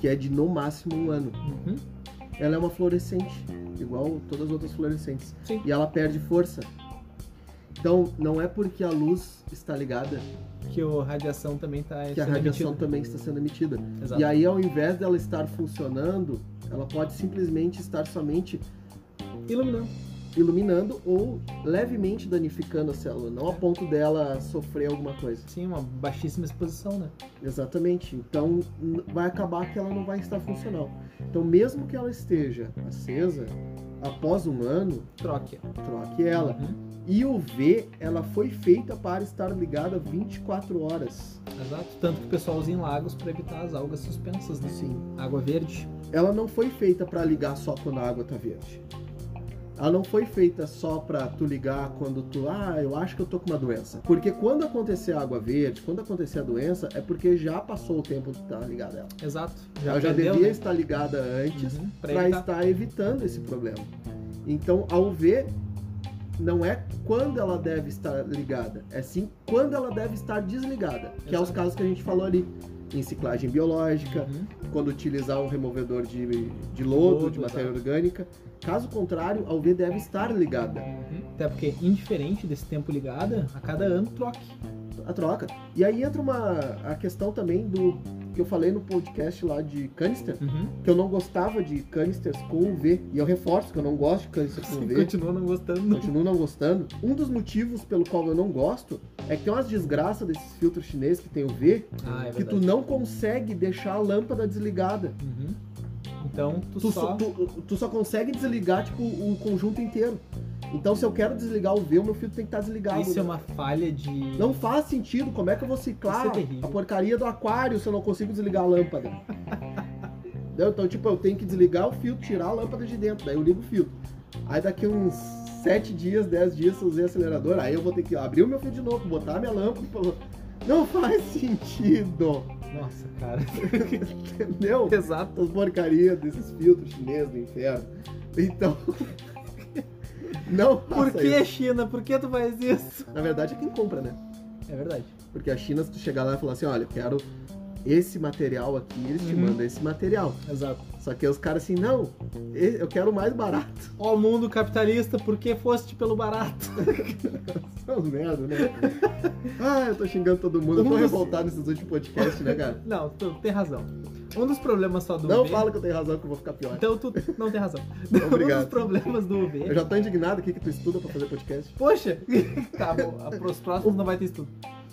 Speaker 2: que é de no máximo um ano.
Speaker 1: Uhum.
Speaker 2: Ela é uma fluorescente, igual todas as outras fluorescentes.
Speaker 1: Sim.
Speaker 2: E ela perde força. Então, não é porque a luz está ligada
Speaker 1: Que a radiação também tá
Speaker 2: que a
Speaker 1: sendo
Speaker 2: radiação
Speaker 1: emitida.
Speaker 2: também está sendo emitida.
Speaker 1: Exato.
Speaker 2: E aí, ao invés dela estar funcionando, ela pode simplesmente estar somente
Speaker 1: Iluminando.
Speaker 2: iluminando ou levemente danificando a célula, não a ponto dela sofrer alguma coisa.
Speaker 1: Sim, uma baixíssima exposição, né?
Speaker 2: Exatamente. Então, n- vai acabar que ela não vai estar funcional. Então, mesmo que ela esteja acesa, após um ano,
Speaker 1: Troque.
Speaker 2: troque ela.
Speaker 1: Uhum.
Speaker 2: E o V, ela foi feita para estar ligada 24 horas.
Speaker 1: Exato. Tanto que o pessoal usa em lagos para evitar as algas suspensas, né?
Speaker 2: Sim.
Speaker 1: Água verde.
Speaker 2: Ela não foi feita para ligar só quando a água tá verde. Ela não foi feita só para tu ligar quando tu, ah, eu acho que eu tô com uma doença. Porque quando acontecer a água verde, quando acontecer a doença, é porque já passou o tempo de estar ligada ela.
Speaker 1: Exato.
Speaker 2: ela já
Speaker 1: perdeu,
Speaker 2: devia
Speaker 1: né?
Speaker 2: estar ligada antes
Speaker 1: Uhum, pra
Speaker 2: para
Speaker 1: evitar.
Speaker 2: estar evitando esse problema. Então, a UV não é quando ela deve estar ligada, é sim quando ela deve estar desligada, que é os
Speaker 1: Exato.
Speaker 2: casos que a gente falou ali. Em ciclagem biológica,
Speaker 1: Uhum,
Speaker 2: quando utilizar um removedor de, de lodo,
Speaker 1: Lodo, tá.
Speaker 2: de matéria orgânica. Caso contrário, a UV deve estar ligada
Speaker 1: uhum. Até porque, indiferente desse tempo ligada, a cada ano troque.
Speaker 2: a troca. E aí entra uma, a questão também do que eu falei no podcast lá de canister,
Speaker 1: Uhum.
Speaker 2: que eu não gostava de canisters com UV. E eu reforço que eu não gosto de canisters com UV.
Speaker 1: Continua não gostando.
Speaker 2: continuo não gostando. Um dos motivos pelo qual eu não gosto é que tem umas desgraças desses filtros chineses que tem o V,
Speaker 1: Ah, é
Speaker 2: que tu
Speaker 1: verdade.
Speaker 2: não consegue deixar a lâmpada desligada.
Speaker 1: Uhum. Então, tu,
Speaker 2: Tu
Speaker 1: só...
Speaker 2: só, tu- tu só consegue desligar, tipo, o conjunto inteiro. Então, se eu quero desligar o V, o meu filtro tem que estar desligado. né?
Speaker 1: Isso é uma falha de...
Speaker 2: Não faz sentido. Como é que eu vou ciclar
Speaker 1: Isso é terrível.
Speaker 2: a porcaria do aquário se eu não consigo desligar a lâmpada? Entendeu? então, tipo, eu tenho que desligar o filtro, tirar a lâmpada de dentro, daí eu ligo o filtro. Aí daqui uns 7 dias, 10 dias, se eu usei acelerador, aí eu vou ter que abrir o meu filtro de novo, botar a minha lâmpada. pra- Não faz sentido, <laughs>
Speaker 1: Nossa, cara.
Speaker 2: entendeu?
Speaker 1: Exato.
Speaker 2: Essas porcarias desses filtros chineses do inferno. Então, <laughs> não
Speaker 1: Por
Speaker 2: faça
Speaker 1: que,
Speaker 2: isso.
Speaker 1: China? Por que tu faz isso?
Speaker 2: Na verdade, é quem compra, né?
Speaker 1: É verdade.
Speaker 2: Porque a China, se tu chegar lá e falar assim, olha, eu quero esse material aqui, eles te
Speaker 1: Uhum.
Speaker 2: mandam esse material.
Speaker 1: Exato.
Speaker 2: Só que os caras assim, não, e- eu quero o mais barato. <laughs>
Speaker 1: Ó mundo capitalista, por que foste pelo barato? <laughs>
Speaker 2: São merda, né? ah, eu tô xingando todo mundo. Eu tô
Speaker 1: Como assim? você-
Speaker 2: revoltado nesses últimos podcasts, né, cara?
Speaker 1: Não, tu tem razão. Um dos problemas só do
Speaker 2: Não
Speaker 1: UV...
Speaker 2: fala que eu tenho razão que eu vou ficar pior.
Speaker 1: Então tu não tem razão. Um
Speaker 2: <laughs> Obrigado.
Speaker 1: dos problemas do UV...
Speaker 2: Eu já tô indignado, o que que tu estuda pra fazer podcast?
Speaker 1: Poxa! <laughs> tá bom, a- pros próximos não vai ter estudo.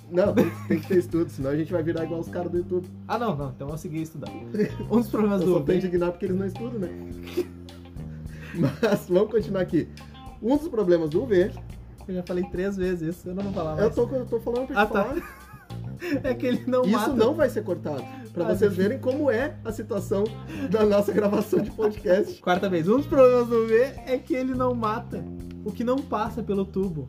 Speaker 2: Não, tem- tem que ter estudo, senão a gente vai virar igual os caras do YouTube.
Speaker 1: Ah não, não, então eu segui estudando. Um dos problemas
Speaker 2: Eu
Speaker 1: do
Speaker 2: só tô
Speaker 1: UV...
Speaker 2: indignado porque eles não estudam, né? <laughs> Mas vamos continuar aqui. Um dos problemas do UV,
Speaker 1: Eu já falei três vezes isso, eu não vou falar mais.
Speaker 2: eu tô, eu tô falando pra
Speaker 1: Ah,
Speaker 2: te
Speaker 1: tá.
Speaker 2: falar,
Speaker 1: É que ele não
Speaker 2: isso
Speaker 1: mata.
Speaker 2: não vai ser cortado. Pra
Speaker 1: Ah,
Speaker 2: vocês verem como é a situação da nossa <laughs> gravação de podcast.
Speaker 1: Quarta vez. Um dos problemas do V é que ele não mata o que não passa pelo tubo.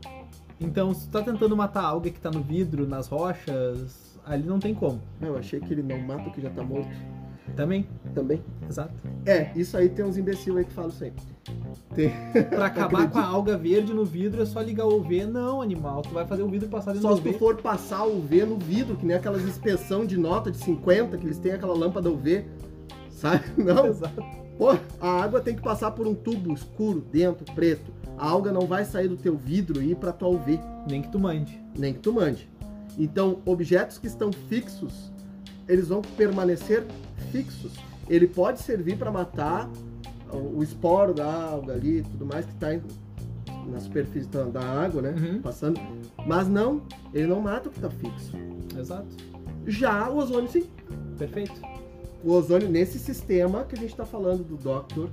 Speaker 1: Então, se tu tá tentando matar alga que tá no vidro, nas rochas, ali não tem como.
Speaker 2: Não, eu achei que ele não mata o que já tá morto.
Speaker 1: Também,
Speaker 2: Também.
Speaker 1: exato.
Speaker 2: É, isso aí tem uns imbecil aí que falam sempre.
Speaker 1: Tá Pra acabar
Speaker 2: acredito.
Speaker 1: com a alga verde no vidro é só ligar o V. Não, animal, tu vai fazer o vidro passar dentro
Speaker 2: Só
Speaker 1: do
Speaker 2: se
Speaker 1: V.
Speaker 2: tu for passar o UV no vidro, que nem aquelas inspeção de nota de 50, que eles têm aquela lâmpada UV. Sabe? <laughs> Não,
Speaker 1: Exato.
Speaker 2: Pô, a água tem que passar por um tubo escuro, dentro, preto. A alga não vai sair do teu vidro e ir pra tua UV,
Speaker 1: Nem que tu mande.
Speaker 2: nem que tu mande. Então, objetos que estão fixos, eles vão permanecer fixos. Ele pode servir para matar o o esporo da alga ali, e tudo mais que tá em- na superfície da, da água, né?
Speaker 1: Uhum.
Speaker 2: Passando. Mas não, ele não mata o que tá fixo.
Speaker 1: Exato.
Speaker 2: Já o ozônio sim.
Speaker 1: Perfeito.
Speaker 2: o ozônio nesse sistema que a gente está falando do Doctor,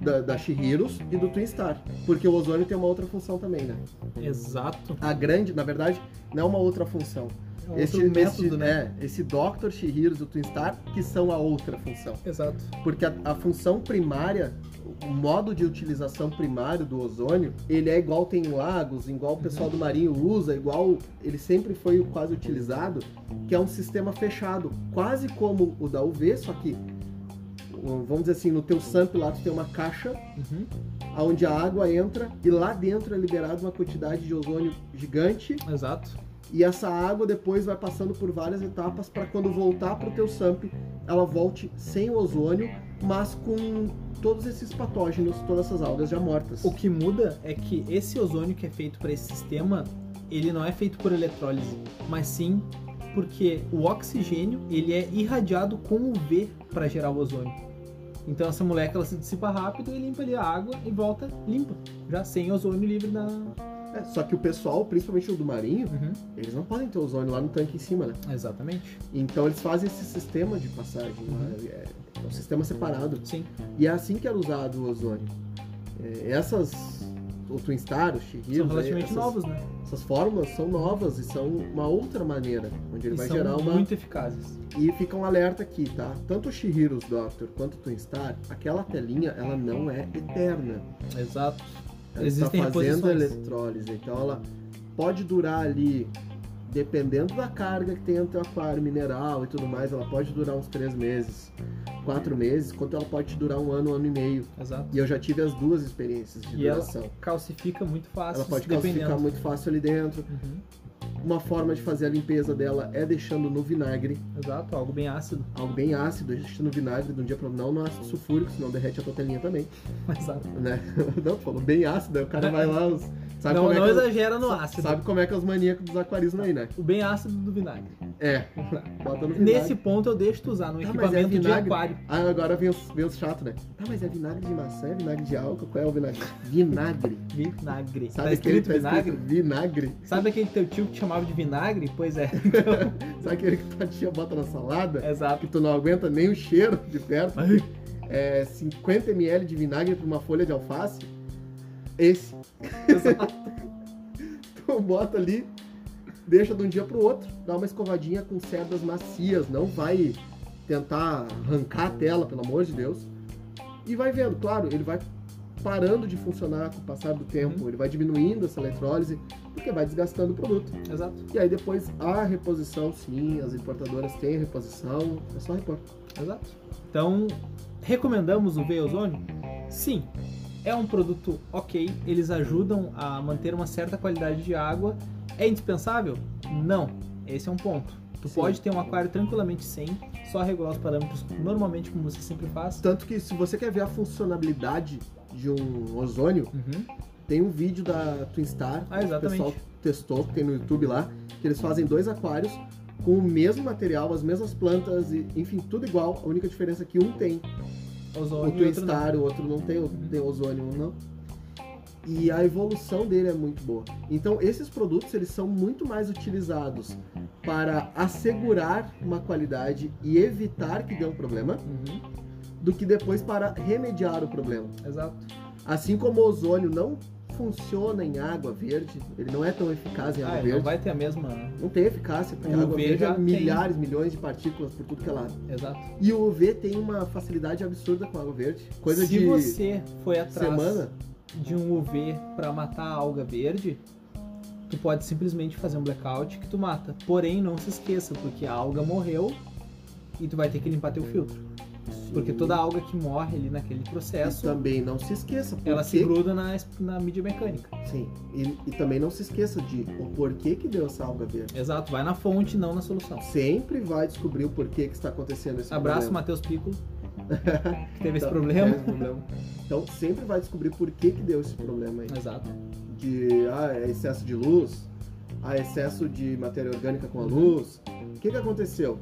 Speaker 2: da, da Shihiros e do Twin Star. Porque o ozônio tem uma outra função também, né?
Speaker 1: Exato.
Speaker 2: A grande, na verdade, não é uma outra função.
Speaker 1: É um outro método,
Speaker 2: esse,
Speaker 1: né?
Speaker 2: É, esse Doctor, Shihiros e o Twin Star que são a outra função.
Speaker 1: Exato.
Speaker 2: Porque a, a função primária, o modo de utilização primário do ozônio, ele é igual tem em lagos, igual o pessoal do marinho usa, igual ele sempre foi quase utilizado, que é um sistema fechado, quase como o da UV, só que um, vamos dizer assim, no teu SAMP lá tu tem uma caixa
Speaker 1: Uhum.
Speaker 2: onde a água entra e lá dentro é liberado uma quantidade de ozônio gigante
Speaker 1: Exato.
Speaker 2: e essa água depois vai passando por várias etapas para quando voltar para o teu SAMP, ela volte sem o ozônio, mas com todos esses patógenos, todas essas algas já mortas.
Speaker 1: O que muda é que esse ozônio que é feito para esse sistema, ele não é feito por eletrólise, mas sim porque o oxigênio ele é irradiado com o V para gerar o ozônio. Então essa molécula se dissipa rápido e limpa ali a água e volta limpa, já sem ozônio livre na.
Speaker 2: É, só que o pessoal, principalmente o do marinho,
Speaker 1: Uhum,
Speaker 2: eles não podem ter ozônio lá no tanque em cima, né?
Speaker 1: Exatamente.
Speaker 2: Então eles fazem esse sistema de passagem, lá,
Speaker 1: Uhum.
Speaker 2: é é um sistema separado.
Speaker 1: Sim.
Speaker 2: E é assim que era usado o ozônio. É, essas, o Twin Star, o Chihiro,
Speaker 1: São relativamente
Speaker 2: essas,
Speaker 1: novos, né?
Speaker 2: essas fórmulas são novas e são uma outra maneira, onde ele
Speaker 1: e
Speaker 2: vai
Speaker 1: são
Speaker 2: gerar uma...
Speaker 1: muito eficazes.
Speaker 2: E fica um alerta aqui, tá? Tanto o Shihiro's Doctor quanto o Twin Star, aquela telinha, ela não é eterna.
Speaker 1: Exato.
Speaker 2: Ela
Speaker 1: Existem
Speaker 2: está fazendo
Speaker 1: reposições.
Speaker 2: eletrólise, então ela pode durar ali, dependendo da carga que tem no teu aquário, mineral e tudo mais, ela pode durar uns três meses, quatro meses, quanto ela pode te durar um ano, um ano e meio.
Speaker 1: Exato.
Speaker 2: E eu já tive as duas experiências de
Speaker 1: E ela-
Speaker 2: duração.
Speaker 1: Calcifica muito fácil,
Speaker 2: Ela pode calcificar
Speaker 1: dependendo.
Speaker 2: muito fácil ali dentro.
Speaker 1: Uhum,
Speaker 2: Uma forma de fazer a limpeza dela é deixando no vinagre.
Speaker 1: Exato, algo bem ácido. <laughs>
Speaker 2: algo bem ácido, existe no vinagre de um dia para não no ácido sulfúrico, senão derrete a tua telinha também,
Speaker 1: Exato.
Speaker 2: né? <laughs> Não, tu falou bem ácido, aí o cara vai lá, os- sabe
Speaker 1: não
Speaker 2: como
Speaker 1: não
Speaker 2: é que
Speaker 1: exagera no ácido.
Speaker 2: sabe como é que é os maníacos dos aquarismos aí, né?
Speaker 1: O bem ácido do vinagre.
Speaker 2: É, <laughs> bota no vinagre.
Speaker 1: Nesse ponto eu deixo tu usar no
Speaker 2: Ah, mas é
Speaker 1: equipamento de
Speaker 2: vinagre?
Speaker 1: aquário.
Speaker 2: Ah, agora vem os, vem os chatos, né? Ah, mas é vinagre de maçã, é vinagre de álcool, qual é o vinagre? Vinagre.
Speaker 1: Vinagre.
Speaker 2: Sabe
Speaker 1: tá escrito
Speaker 2: aquele que tá
Speaker 1: vinagre?
Speaker 2: escrito vinagre?
Speaker 1: Sabe aquele teu tio que te chamava de vinagre? Pois
Speaker 2: <laughs>
Speaker 1: é,
Speaker 2: Sabe aquele que tua tia bota na salada?
Speaker 1: exato.
Speaker 2: Que tu não aguenta nem o cheiro de perto. É 50 ml de vinagre pra uma folha de alface. Esse
Speaker 1: Exato.
Speaker 2: <laughs> Tu bota ali, deixa de um dia pro outro, dá uma escovadinha com cerdas macias, não vai tentar arrancar a tela, pelo amor de Deus. E vai vendo, claro, ele vai parando de funcionar com o passar do
Speaker 1: Uhum.
Speaker 2: tempo, ele vai diminuindo essa eletrólise, porque vai desgastando o produto.
Speaker 1: Exato,
Speaker 2: E aí depois a reposição, sim, as importadoras têm reposição, é só repor.
Speaker 1: exato. Então, recomendamos o veio ozônio? Sim. É um produto ok, eles ajudam a manter uma certa qualidade de água. É indispensável? Não. É Esse é um ponto. Tu
Speaker 2: Sim.
Speaker 1: pode ter um aquário tranquilamente sem, só regular os parâmetros normalmente como você sempre faz.
Speaker 2: Tanto que se você quer ver a funcionalidade de um ozônio,
Speaker 1: Uhum.
Speaker 2: tem um vídeo da Twinstar,
Speaker 1: Ah,
Speaker 2: que o
Speaker 1: exatamente.
Speaker 2: pessoal testou, que tem no YouTube lá, que eles fazem dois aquários com o mesmo material, as mesmas plantas, e, enfim, tudo igual. A única diferença é que um tem o
Speaker 1: Ozônio e outro não.
Speaker 2: Twinstar, o outro não tem, o outro tem ozônio, um não. E a evolução dele é muito boa. Então, esses produtos, eles são muito mais utilizados para assegurar uma qualidade e evitar que dê um problema,
Speaker 1: Uhum.
Speaker 2: do que depois para remediar o problema.
Speaker 1: Exato.
Speaker 2: Assim como o ozônio não funciona em água verde, ele não é tão eficaz em água
Speaker 1: Ah, ele não
Speaker 2: verde.
Speaker 1: vai ter a mesma.
Speaker 2: Não tem eficácia, porque a
Speaker 1: O
Speaker 2: água
Speaker 1: UV
Speaker 2: verde
Speaker 1: já
Speaker 2: é
Speaker 1: tem.
Speaker 2: milhares, milhões de partículas por tudo que é lado.
Speaker 1: Exato.
Speaker 2: E o UV tem uma facilidade absurda com a água verde. Coisa
Speaker 1: Se
Speaker 2: de
Speaker 1: você foi atrás
Speaker 2: semana.
Speaker 1: de um UV pra matar a alga verde, tu pode simplesmente fazer um blackout que tu mata. Porém, não se esqueça, porque a alga morreu e tu vai ter que limpar teu filtro. Porque toda alga que morre ali naquele
Speaker 2: E
Speaker 1: processo,
Speaker 2: também não se esqueça. por
Speaker 1: ela se
Speaker 2: que-
Speaker 1: gruda na, na mídia mecânica.
Speaker 2: Sim. E, e também não se esqueça de o porquê que deu essa alga verde.
Speaker 1: Exato, vai na fonte, não na solução.
Speaker 2: Sempre vai descobrir o porquê que está acontecendo esse é
Speaker 1: Abraço,
Speaker 2: problema.
Speaker 1: Matheus
Speaker 2: <laughs>
Speaker 1: Piccolo, que teve esse
Speaker 2: Então,
Speaker 1: problema.
Speaker 2: teve problema. Então sempre vai descobrir por que que deu esse problema aí.
Speaker 1: Exato.
Speaker 2: de ah, é excesso de luz, ah, é excesso de matéria orgânica com a luz. O que, que aconteceu?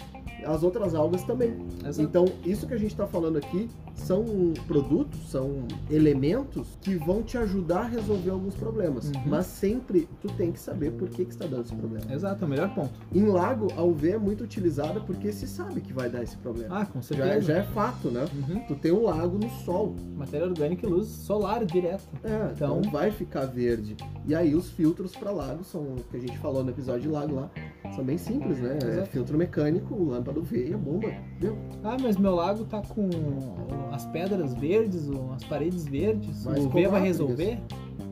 Speaker 2: As outras algas também.
Speaker 1: Exato.
Speaker 2: Então, isso que a gente está falando aqui são produtos, são elementos que vão te ajudar a resolver alguns problemas.
Speaker 1: Uhum.
Speaker 2: Mas sempre tu tem que saber por que, que está dando esse problema.
Speaker 1: Exato, é o melhor ponto.
Speaker 2: Em lago, a UV é muito utilizada porque se sabe que vai dar esse problema.
Speaker 1: Ah, com
Speaker 2: já, é-
Speaker 1: certeza.
Speaker 2: já é fato, né?
Speaker 1: Uhum.
Speaker 2: Tu tem um lago no sol.
Speaker 1: Matéria orgânica e luz solar direta.
Speaker 2: É,
Speaker 1: Então-
Speaker 2: então vai ficar verde. E aí os filtros para lago são o que a gente falou no episódio de lago lá, são bem simples, né? É
Speaker 1: Exato.
Speaker 2: filtro mecânico, lâmpada UV e a bomba. Deu.
Speaker 1: Ah, mas meu lago tá com as pedras verdes, ou as paredes verdes.
Speaker 2: Mas
Speaker 1: o
Speaker 2: como é
Speaker 1: V vai
Speaker 2: abre
Speaker 1: resolver?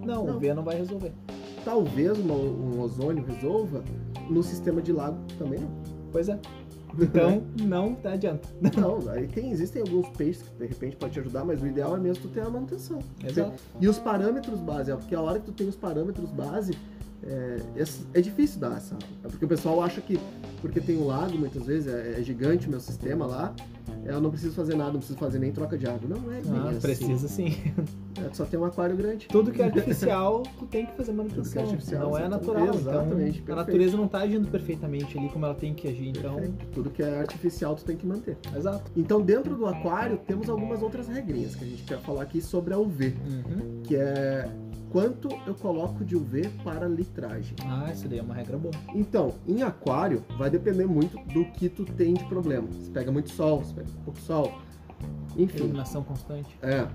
Speaker 1: Não, o
Speaker 2: Não.
Speaker 1: V não vai resolver.
Speaker 2: Talvez uma- um ozônio resolva, no sistema de lago também não.
Speaker 1: Pois
Speaker 2: <laughs>
Speaker 1: é. Então, não adianta.
Speaker 2: Não, aí tem, existem alguns peixes que de repente pode te ajudar, mas o ideal é mesmo tu ter a manutenção.
Speaker 1: Exato.
Speaker 2: E os parâmetros base, é porque a hora que tu tem os parâmetros base, é, é- é difícil dar essa. É porque o pessoal acha que, porque tem um lago muitas vezes, é, é gigante o meu sistema lá, é, eu não preciso fazer nada, não preciso fazer nem troca de água. Não é bem
Speaker 1: Ah,
Speaker 2: assim.
Speaker 1: precisa sim.
Speaker 2: É, tu só tem um aquário grande.
Speaker 1: Tudo que é artificial, tu tem que fazer manutenção.
Speaker 2: Tudo que é artificial,
Speaker 1: não é
Speaker 2: exatamente.
Speaker 1: natural.
Speaker 2: Exatamente,
Speaker 1: então, a
Speaker 2: perfeito.
Speaker 1: natureza não tá agindo perfeitamente ali como ela tem que agir. Então,
Speaker 2: Perfeito. Tudo que é artificial tu tem que manter.
Speaker 1: exato.
Speaker 2: Então, dentro do aquário, temos algumas outras regrinhas que a gente quer falar aqui sobre a UV,
Speaker 1: Uhum.
Speaker 2: que é quanto eu coloco de UV para litragem.
Speaker 1: Ah, isso daí é uma regra boa.
Speaker 2: Então, em aquário, vai depender muito do que tu tem de problema. Se pega muito sol, se pega um pouco sol, enfim.
Speaker 1: Iluminação constante.
Speaker 2: É.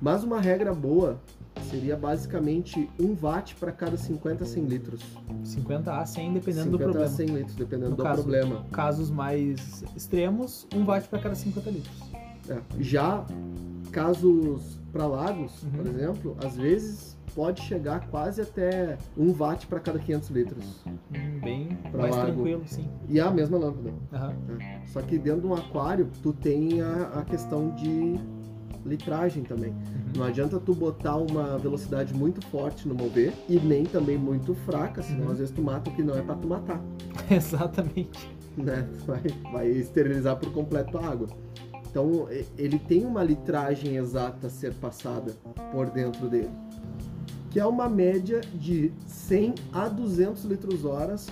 Speaker 2: Mas uma regra boa seria basicamente 1 watt para cada 50 a 100 litros.
Speaker 1: 50 a 100, dependendo
Speaker 2: 50
Speaker 1: do problema.
Speaker 2: a 100 litros, dependendo
Speaker 1: No
Speaker 2: do
Speaker 1: caso.
Speaker 2: problema.
Speaker 1: Casos mais extremos, um watt para cada 50 litros.
Speaker 2: É. Já casos para lagos,
Speaker 1: Uhum.
Speaker 2: por exemplo, às vezes pode chegar quase até 1 watt para cada 500 litros.
Speaker 1: Hum, Bem
Speaker 2: Pra
Speaker 1: mais
Speaker 2: lago.
Speaker 1: tranquilo, sim.
Speaker 2: E é a mesma lâmpada.
Speaker 1: Aham.
Speaker 2: Só que dentro de um aquário, tu tem a, a questão de litragem também. Não adianta tu botar uma velocidade muito forte no mover e nem também muito fraca, senão
Speaker 1: Uhum.
Speaker 2: às vezes tu mata o que não é pra tu matar,
Speaker 1: <laughs>
Speaker 2: <laughs>
Speaker 1: Exatamente.
Speaker 2: né? Tu Vai, vai esterilizar por completo a água. Então e- ele tem uma litragem exata a ser passada por dentro dele, que é uma média de 100 a 200 litros horas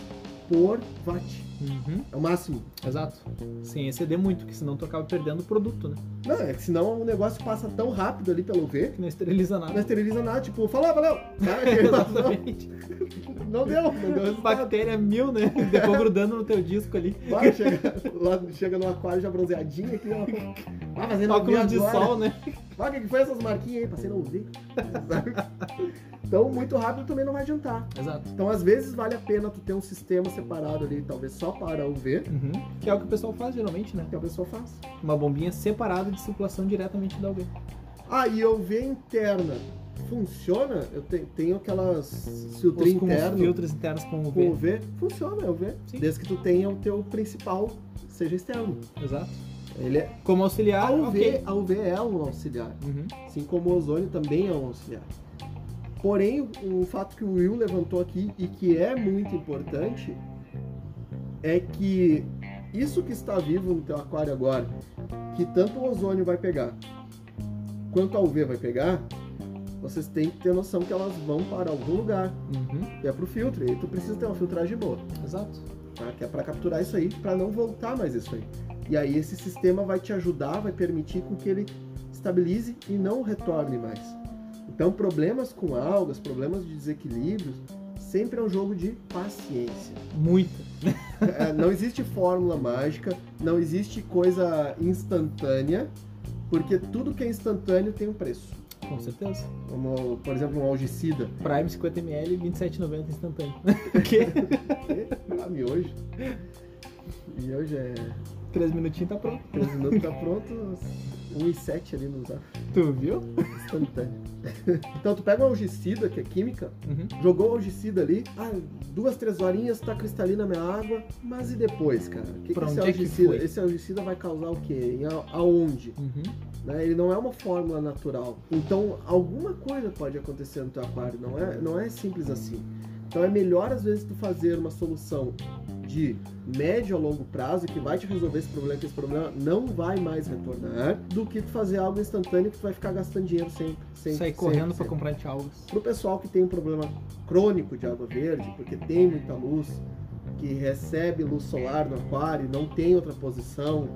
Speaker 2: por watt.
Speaker 1: Uhum.
Speaker 2: É o máximo.
Speaker 1: Exato. Sem exceder muito, porque senão tu acaba perdendo o produto, né?
Speaker 2: Não, é que senão o negócio passa tão rápido ali pelo V,
Speaker 1: Que não esteriliza
Speaker 2: não <laughs>
Speaker 1: nada. <laughs>
Speaker 2: esteriliza nada, tipo, falou, valeu! Não,
Speaker 1: Exatamente.
Speaker 2: <laughs> não deu, não deu resultado.
Speaker 1: Bactéria mil,
Speaker 2: <laughs>
Speaker 1: né? Depois grudando no teu disco ali.
Speaker 2: Vai, chega, <laughs> lá, chega no aquário já bronzeadinho aqui, ó. Vai fazendo
Speaker 1: Óculos
Speaker 2: agulha
Speaker 1: de
Speaker 2: agora.
Speaker 1: sol, né?
Speaker 2: Vai, o que que foi essas marquinhas aí? Passei no V. <laughs> Sabe? Então, muito rápido também não vai adiantar.
Speaker 1: Exato.
Speaker 2: Então, às vezes, vale a pena tu ter um sistema separado ali, talvez só para o V,
Speaker 1: Uhum. Que é o que o pessoal faz geralmente, né?
Speaker 2: que a pessoa faz.
Speaker 1: Uma bombinha separada de circulação diretamente da UV.
Speaker 2: Ah, e eu V interna. Funciona? Eu te- tenho aquelas filtro
Speaker 1: Os- com os
Speaker 2: interno.
Speaker 1: filtros internos com UV.
Speaker 2: Com o V, funciona, é o V.
Speaker 1: Sim.
Speaker 2: Desde que tu tenha o teu principal, seja externo.
Speaker 1: Exato.
Speaker 2: Ele é.
Speaker 1: Como
Speaker 2: A
Speaker 1: auxiliar,
Speaker 2: UV,
Speaker 1: ok.
Speaker 2: a UV é um auxiliar.
Speaker 1: Uhum.
Speaker 2: Assim como o ozônio também é um auxiliar. Porém, um fato que o Will levantou aqui e que é muito importante é que isso que está vivo no teu aquário agora, que tanto o ozônio vai pegar, quanto a UV vai pegar, vocês têm que ter noção que elas vão para algum lugar
Speaker 1: Uhum.
Speaker 2: e é pro filtro. E aí tu precisa ter uma filtragem boa,
Speaker 1: Exato.
Speaker 2: tá? Que é para capturar isso aí, para não voltar mais isso aí. E aí esse sistema vai te ajudar, vai permitir com que ele estabilize e não retorne mais. Então problemas com algas, problemas de desequilíbrios, sempre é um jogo de paciência.
Speaker 1: Muita.
Speaker 2: É, não existe fórmula mágica, não existe coisa instantânea, porque tudo que é instantâneo tem um preço.
Speaker 1: Com certeza.
Speaker 2: Como, por exemplo, um algicida.
Speaker 1: Prime 50ml, 27,90 instantâneo. <laughs> o quê?
Speaker 2: Ah, miojo. Miojo é.
Speaker 1: Três minutinhos tá pronto.
Speaker 2: 3 minutos tá pronto, 1 e 7 ali no zap,
Speaker 1: Tu viu?
Speaker 2: instantâneo. <laughs> Então, tu pega um algicida, que é química,
Speaker 1: Uhum.
Speaker 2: jogou o algicida ali, ah, duas, três horinhas, tá cristalina a minha água, mas e depois, cara? O que, que
Speaker 1: Pra
Speaker 2: esse
Speaker 1: onde é que
Speaker 2: algicida,
Speaker 1: foi?
Speaker 2: esse algicida vai causar o quê? Em a- aonde?
Speaker 1: Uhum.
Speaker 2: né? Ele não é uma fórmula natural. Então, alguma coisa pode acontecer no teu aquário, não é, não é simples assim. Então, é melhor, às vezes, tu fazer uma solução de médio a longo prazo que vai te resolver esse problema, que esse problema não vai mais retornar, do que tu fazer algo instantâneo que tu vai ficar gastando dinheiro sempre. sempre
Speaker 1: Sair
Speaker 2: sempre,
Speaker 1: correndo pra
Speaker 2: sempre.
Speaker 1: comprar anti-algas.
Speaker 2: Pro pessoal que tem um problema crônico de água verde, porque tem muita luz, que recebe luz solar no aquário, não tem outra posição,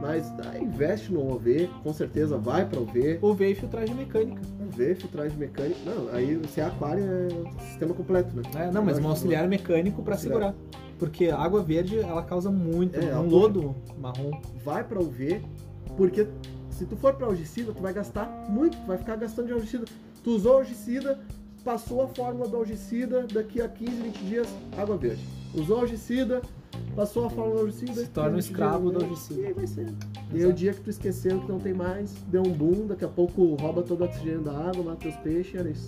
Speaker 2: mas ah, investe no UV, com certeza vai para UV,
Speaker 1: Ou veio filtragem é mecânica.
Speaker 2: UV, filtragem mecânica, não, aí se é aquário é sistema completo, né?
Speaker 1: né? Não, mas um auxiliar mecânico pra
Speaker 2: Auxiliar.
Speaker 1: segurar. Porque a água verde, ela causa muito.
Speaker 2: É,
Speaker 1: É,
Speaker 2: ela
Speaker 1: um
Speaker 2: puxa.
Speaker 1: lodo marrom.
Speaker 2: Vai para UV, porque se tu for para algicida, tu vai gastar muito, tu vai ficar gastando de algicida. Tu usou algicida, passou a fórmula do algicida, daqui a 15, 20 dias, água verde. Usou algicida, passou a fórmula do algicida,
Speaker 1: Se torna um
Speaker 2: 15 dias,
Speaker 1: escravo do
Speaker 2: né?
Speaker 1: algicida.
Speaker 2: E aí vai ser. E aí o dia que tu esqueceu que não tem mais, deu um boom, daqui a pouco rouba todo o oxigênio da água, mata teus peixes, era isso.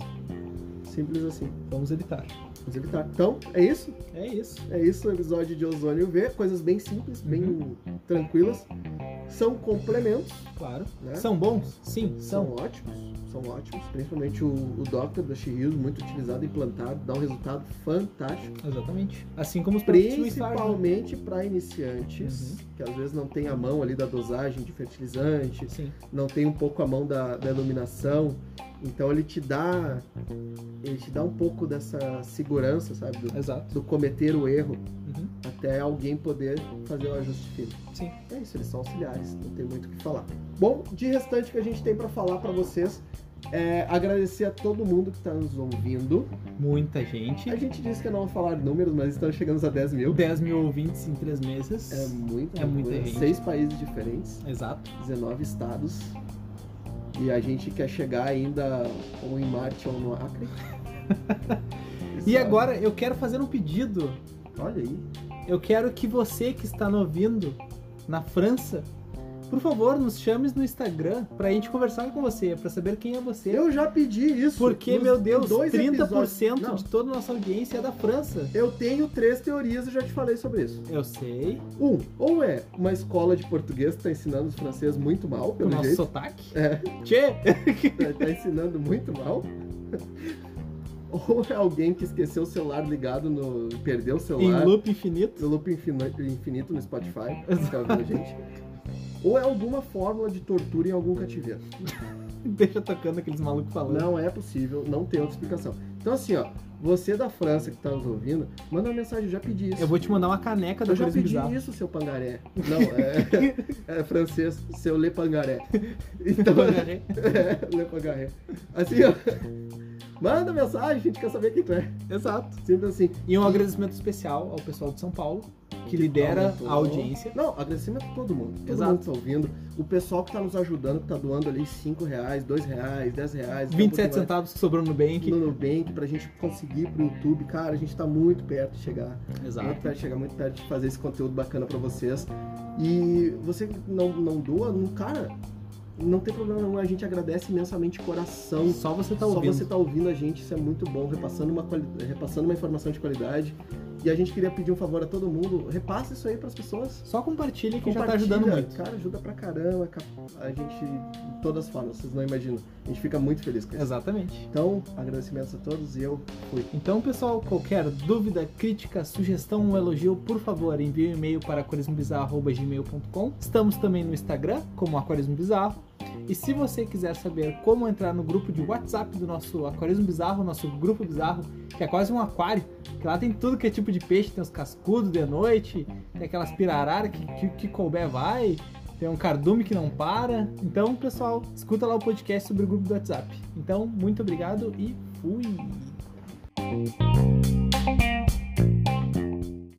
Speaker 2: Simples assim.
Speaker 1: Vamos evitar.
Speaker 2: Mas ele tá. Então, é isso.
Speaker 1: É isso.
Speaker 2: É isso o episódio de Ozônio V. Coisas bem simples, bem tranquilas. São complementos,
Speaker 1: Claro.
Speaker 2: né?
Speaker 1: São bons? Sim,
Speaker 2: São
Speaker 1: são.
Speaker 2: ótimos. São ótimos. Principalmente o, o Doctor da Shihiro, muito utilizado e plantado, dá um resultado fantástico.
Speaker 1: Exatamente. Assim como os produtos Suicide, né? Uhum.
Speaker 2: Principalmente para iniciantes, que às vezes não tem a mão ali da dosagem de fertilizante,
Speaker 1: Sim.
Speaker 2: não tem um pouco a mão da, da iluminação. Então ele te dá. Ele te dá um pouco dessa segurança, sabe? Do,
Speaker 1: Exato.
Speaker 2: do cometer o erro.
Speaker 1: Uhum.
Speaker 2: até alguém poder fazer o ajuste fino.
Speaker 1: Sim.
Speaker 2: É isso, eles são auxiliares, não tem muito o que falar. Bom, de restante que a gente tem pra falar pra vocês é agradecer a todo mundo que tá nos ouvindo.
Speaker 1: Muita gente.
Speaker 2: A gente disse que eu não vou falar números, mas estamos chegando a 10 mil.
Speaker 1: 10 mil ouvintes em três meses.
Speaker 2: É muita,
Speaker 1: É muita
Speaker 2: coisa.
Speaker 1: gente.
Speaker 2: Seis países diferentes,
Speaker 1: Exato.
Speaker 2: 19 estados. E a gente quer chegar ainda ou em Marte ou no
Speaker 1: <laughs>
Speaker 2: Acre.
Speaker 1: E
Speaker 2: Sabe?
Speaker 1: agora eu quero fazer um pedido.
Speaker 2: Olha aí.
Speaker 1: Eu quero que você que está nos ouvindo na França, por favor, nos chame no Instagram pra gente conversar com você, pra saber quem é você.
Speaker 2: Eu já pedi isso.
Speaker 1: Porque,
Speaker 2: nos
Speaker 1: meu Deus,
Speaker 2: dois
Speaker 1: 30%
Speaker 2: episódios. Não.
Speaker 1: de toda a nossa audiência é da França.
Speaker 2: Eu tenho três teorias, eu já te falei sobre isso.
Speaker 1: Eu sei,
Speaker 2: Um, ou é uma escola de português que tá ensinando os franceses muito mal,
Speaker 1: com o
Speaker 2: pelo
Speaker 1: nosso
Speaker 2: jeito.
Speaker 1: sotaque.
Speaker 2: É.
Speaker 1: Tchê!
Speaker 2: Tá, tá ensinando muito mal. <laughs> Ou é alguém que esqueceu o celular ligado no. perdeu o
Speaker 1: Em
Speaker 2: celular
Speaker 1: loop infinito. <laughs>
Speaker 2: no loop infina- infinito no Spotify, que tá
Speaker 1: Exato.
Speaker 2: ouvindo a gente. Ou é alguma fórmula de tortura em algum cativeiro.
Speaker 1: Deixa tocando aqueles malucos falando.
Speaker 2: Não é possível, não tem outra explicação. Então assim, ó, você da França que tá nos ouvindo, manda uma mensagem, eu já pedi isso.
Speaker 1: Eu vou te mandar uma caneca do
Speaker 2: Eu já
Speaker 1: Turismo
Speaker 2: pedi
Speaker 1: Bizarro.
Speaker 2: isso, seu pangaré. Não, é, é francês, seu le pangaré. Então,
Speaker 1: <laughs>
Speaker 2: é, le pangaré. Assim, ó. Manda mensagem, a gente quer saber quem tu é.
Speaker 1: Exato.
Speaker 2: Sempre assim.
Speaker 1: E um agradecimento especial ao pessoal de São Paulo, que lidera
Speaker 2: Aumentou.
Speaker 1: a audiência.
Speaker 2: Não, agradecimento a todo mundo. Todo
Speaker 1: Exato.
Speaker 2: mundo que tá ouvindo. O pessoal que tá nos ajudando, que tá doando ali 5 reais, 2 reais, 10 reais. até
Speaker 1: 27
Speaker 2: um pouquinho mais
Speaker 1: centavos que sobrou no Nubank.
Speaker 2: No Nubank, pra gente conseguir pro YouTube, cara, a gente tá muito perto de chegar. Muito
Speaker 1: Exato.
Speaker 2: perto de chegar, muito perto de fazer esse conteúdo bacana pra vocês. E você que não, não doa, não, cara, não tem problema nenhum. A gente agradece imensamente de coração.
Speaker 1: Só você tá
Speaker 2: Só
Speaker 1: ouvindo.
Speaker 2: você tá ouvindo a gente, isso é muito bom, repassando uma, quali- repassando uma informação de qualidade. E a gente queria pedir um favor a todo mundo, repasse isso aí pras pessoas.
Speaker 1: Só compartilha que já tá
Speaker 2: Compartilha,
Speaker 1: ajudando muito.
Speaker 2: Cara, ajuda pra caramba. cap- A gente, de todas as formas, vocês não imaginam. A gente fica muito feliz com isso.
Speaker 1: Exatamente.
Speaker 2: Então, agradecimentos a todos e eu fui.
Speaker 1: Então, pessoal, qualquer dúvida, crítica, sugestão ou elogio, por favor, envie um e-mail para aquarismobizarro.gmail.com. Estamos também no Instagram, como Aquarismo Bizarro. E se você quiser saber como entrar no grupo de WhatsApp do nosso Aquarismo Bizarro, nosso grupo bizarro, que é quase um aquário, que lá tem tudo que é tipo de peixe, tem os cascudos de noite, tem aquelas pirararas que, que, que couber vai, tem um cardume que não para. Então, pessoal, escuta lá o podcast sobre o grupo do WhatsApp. Então, muito obrigado e fui!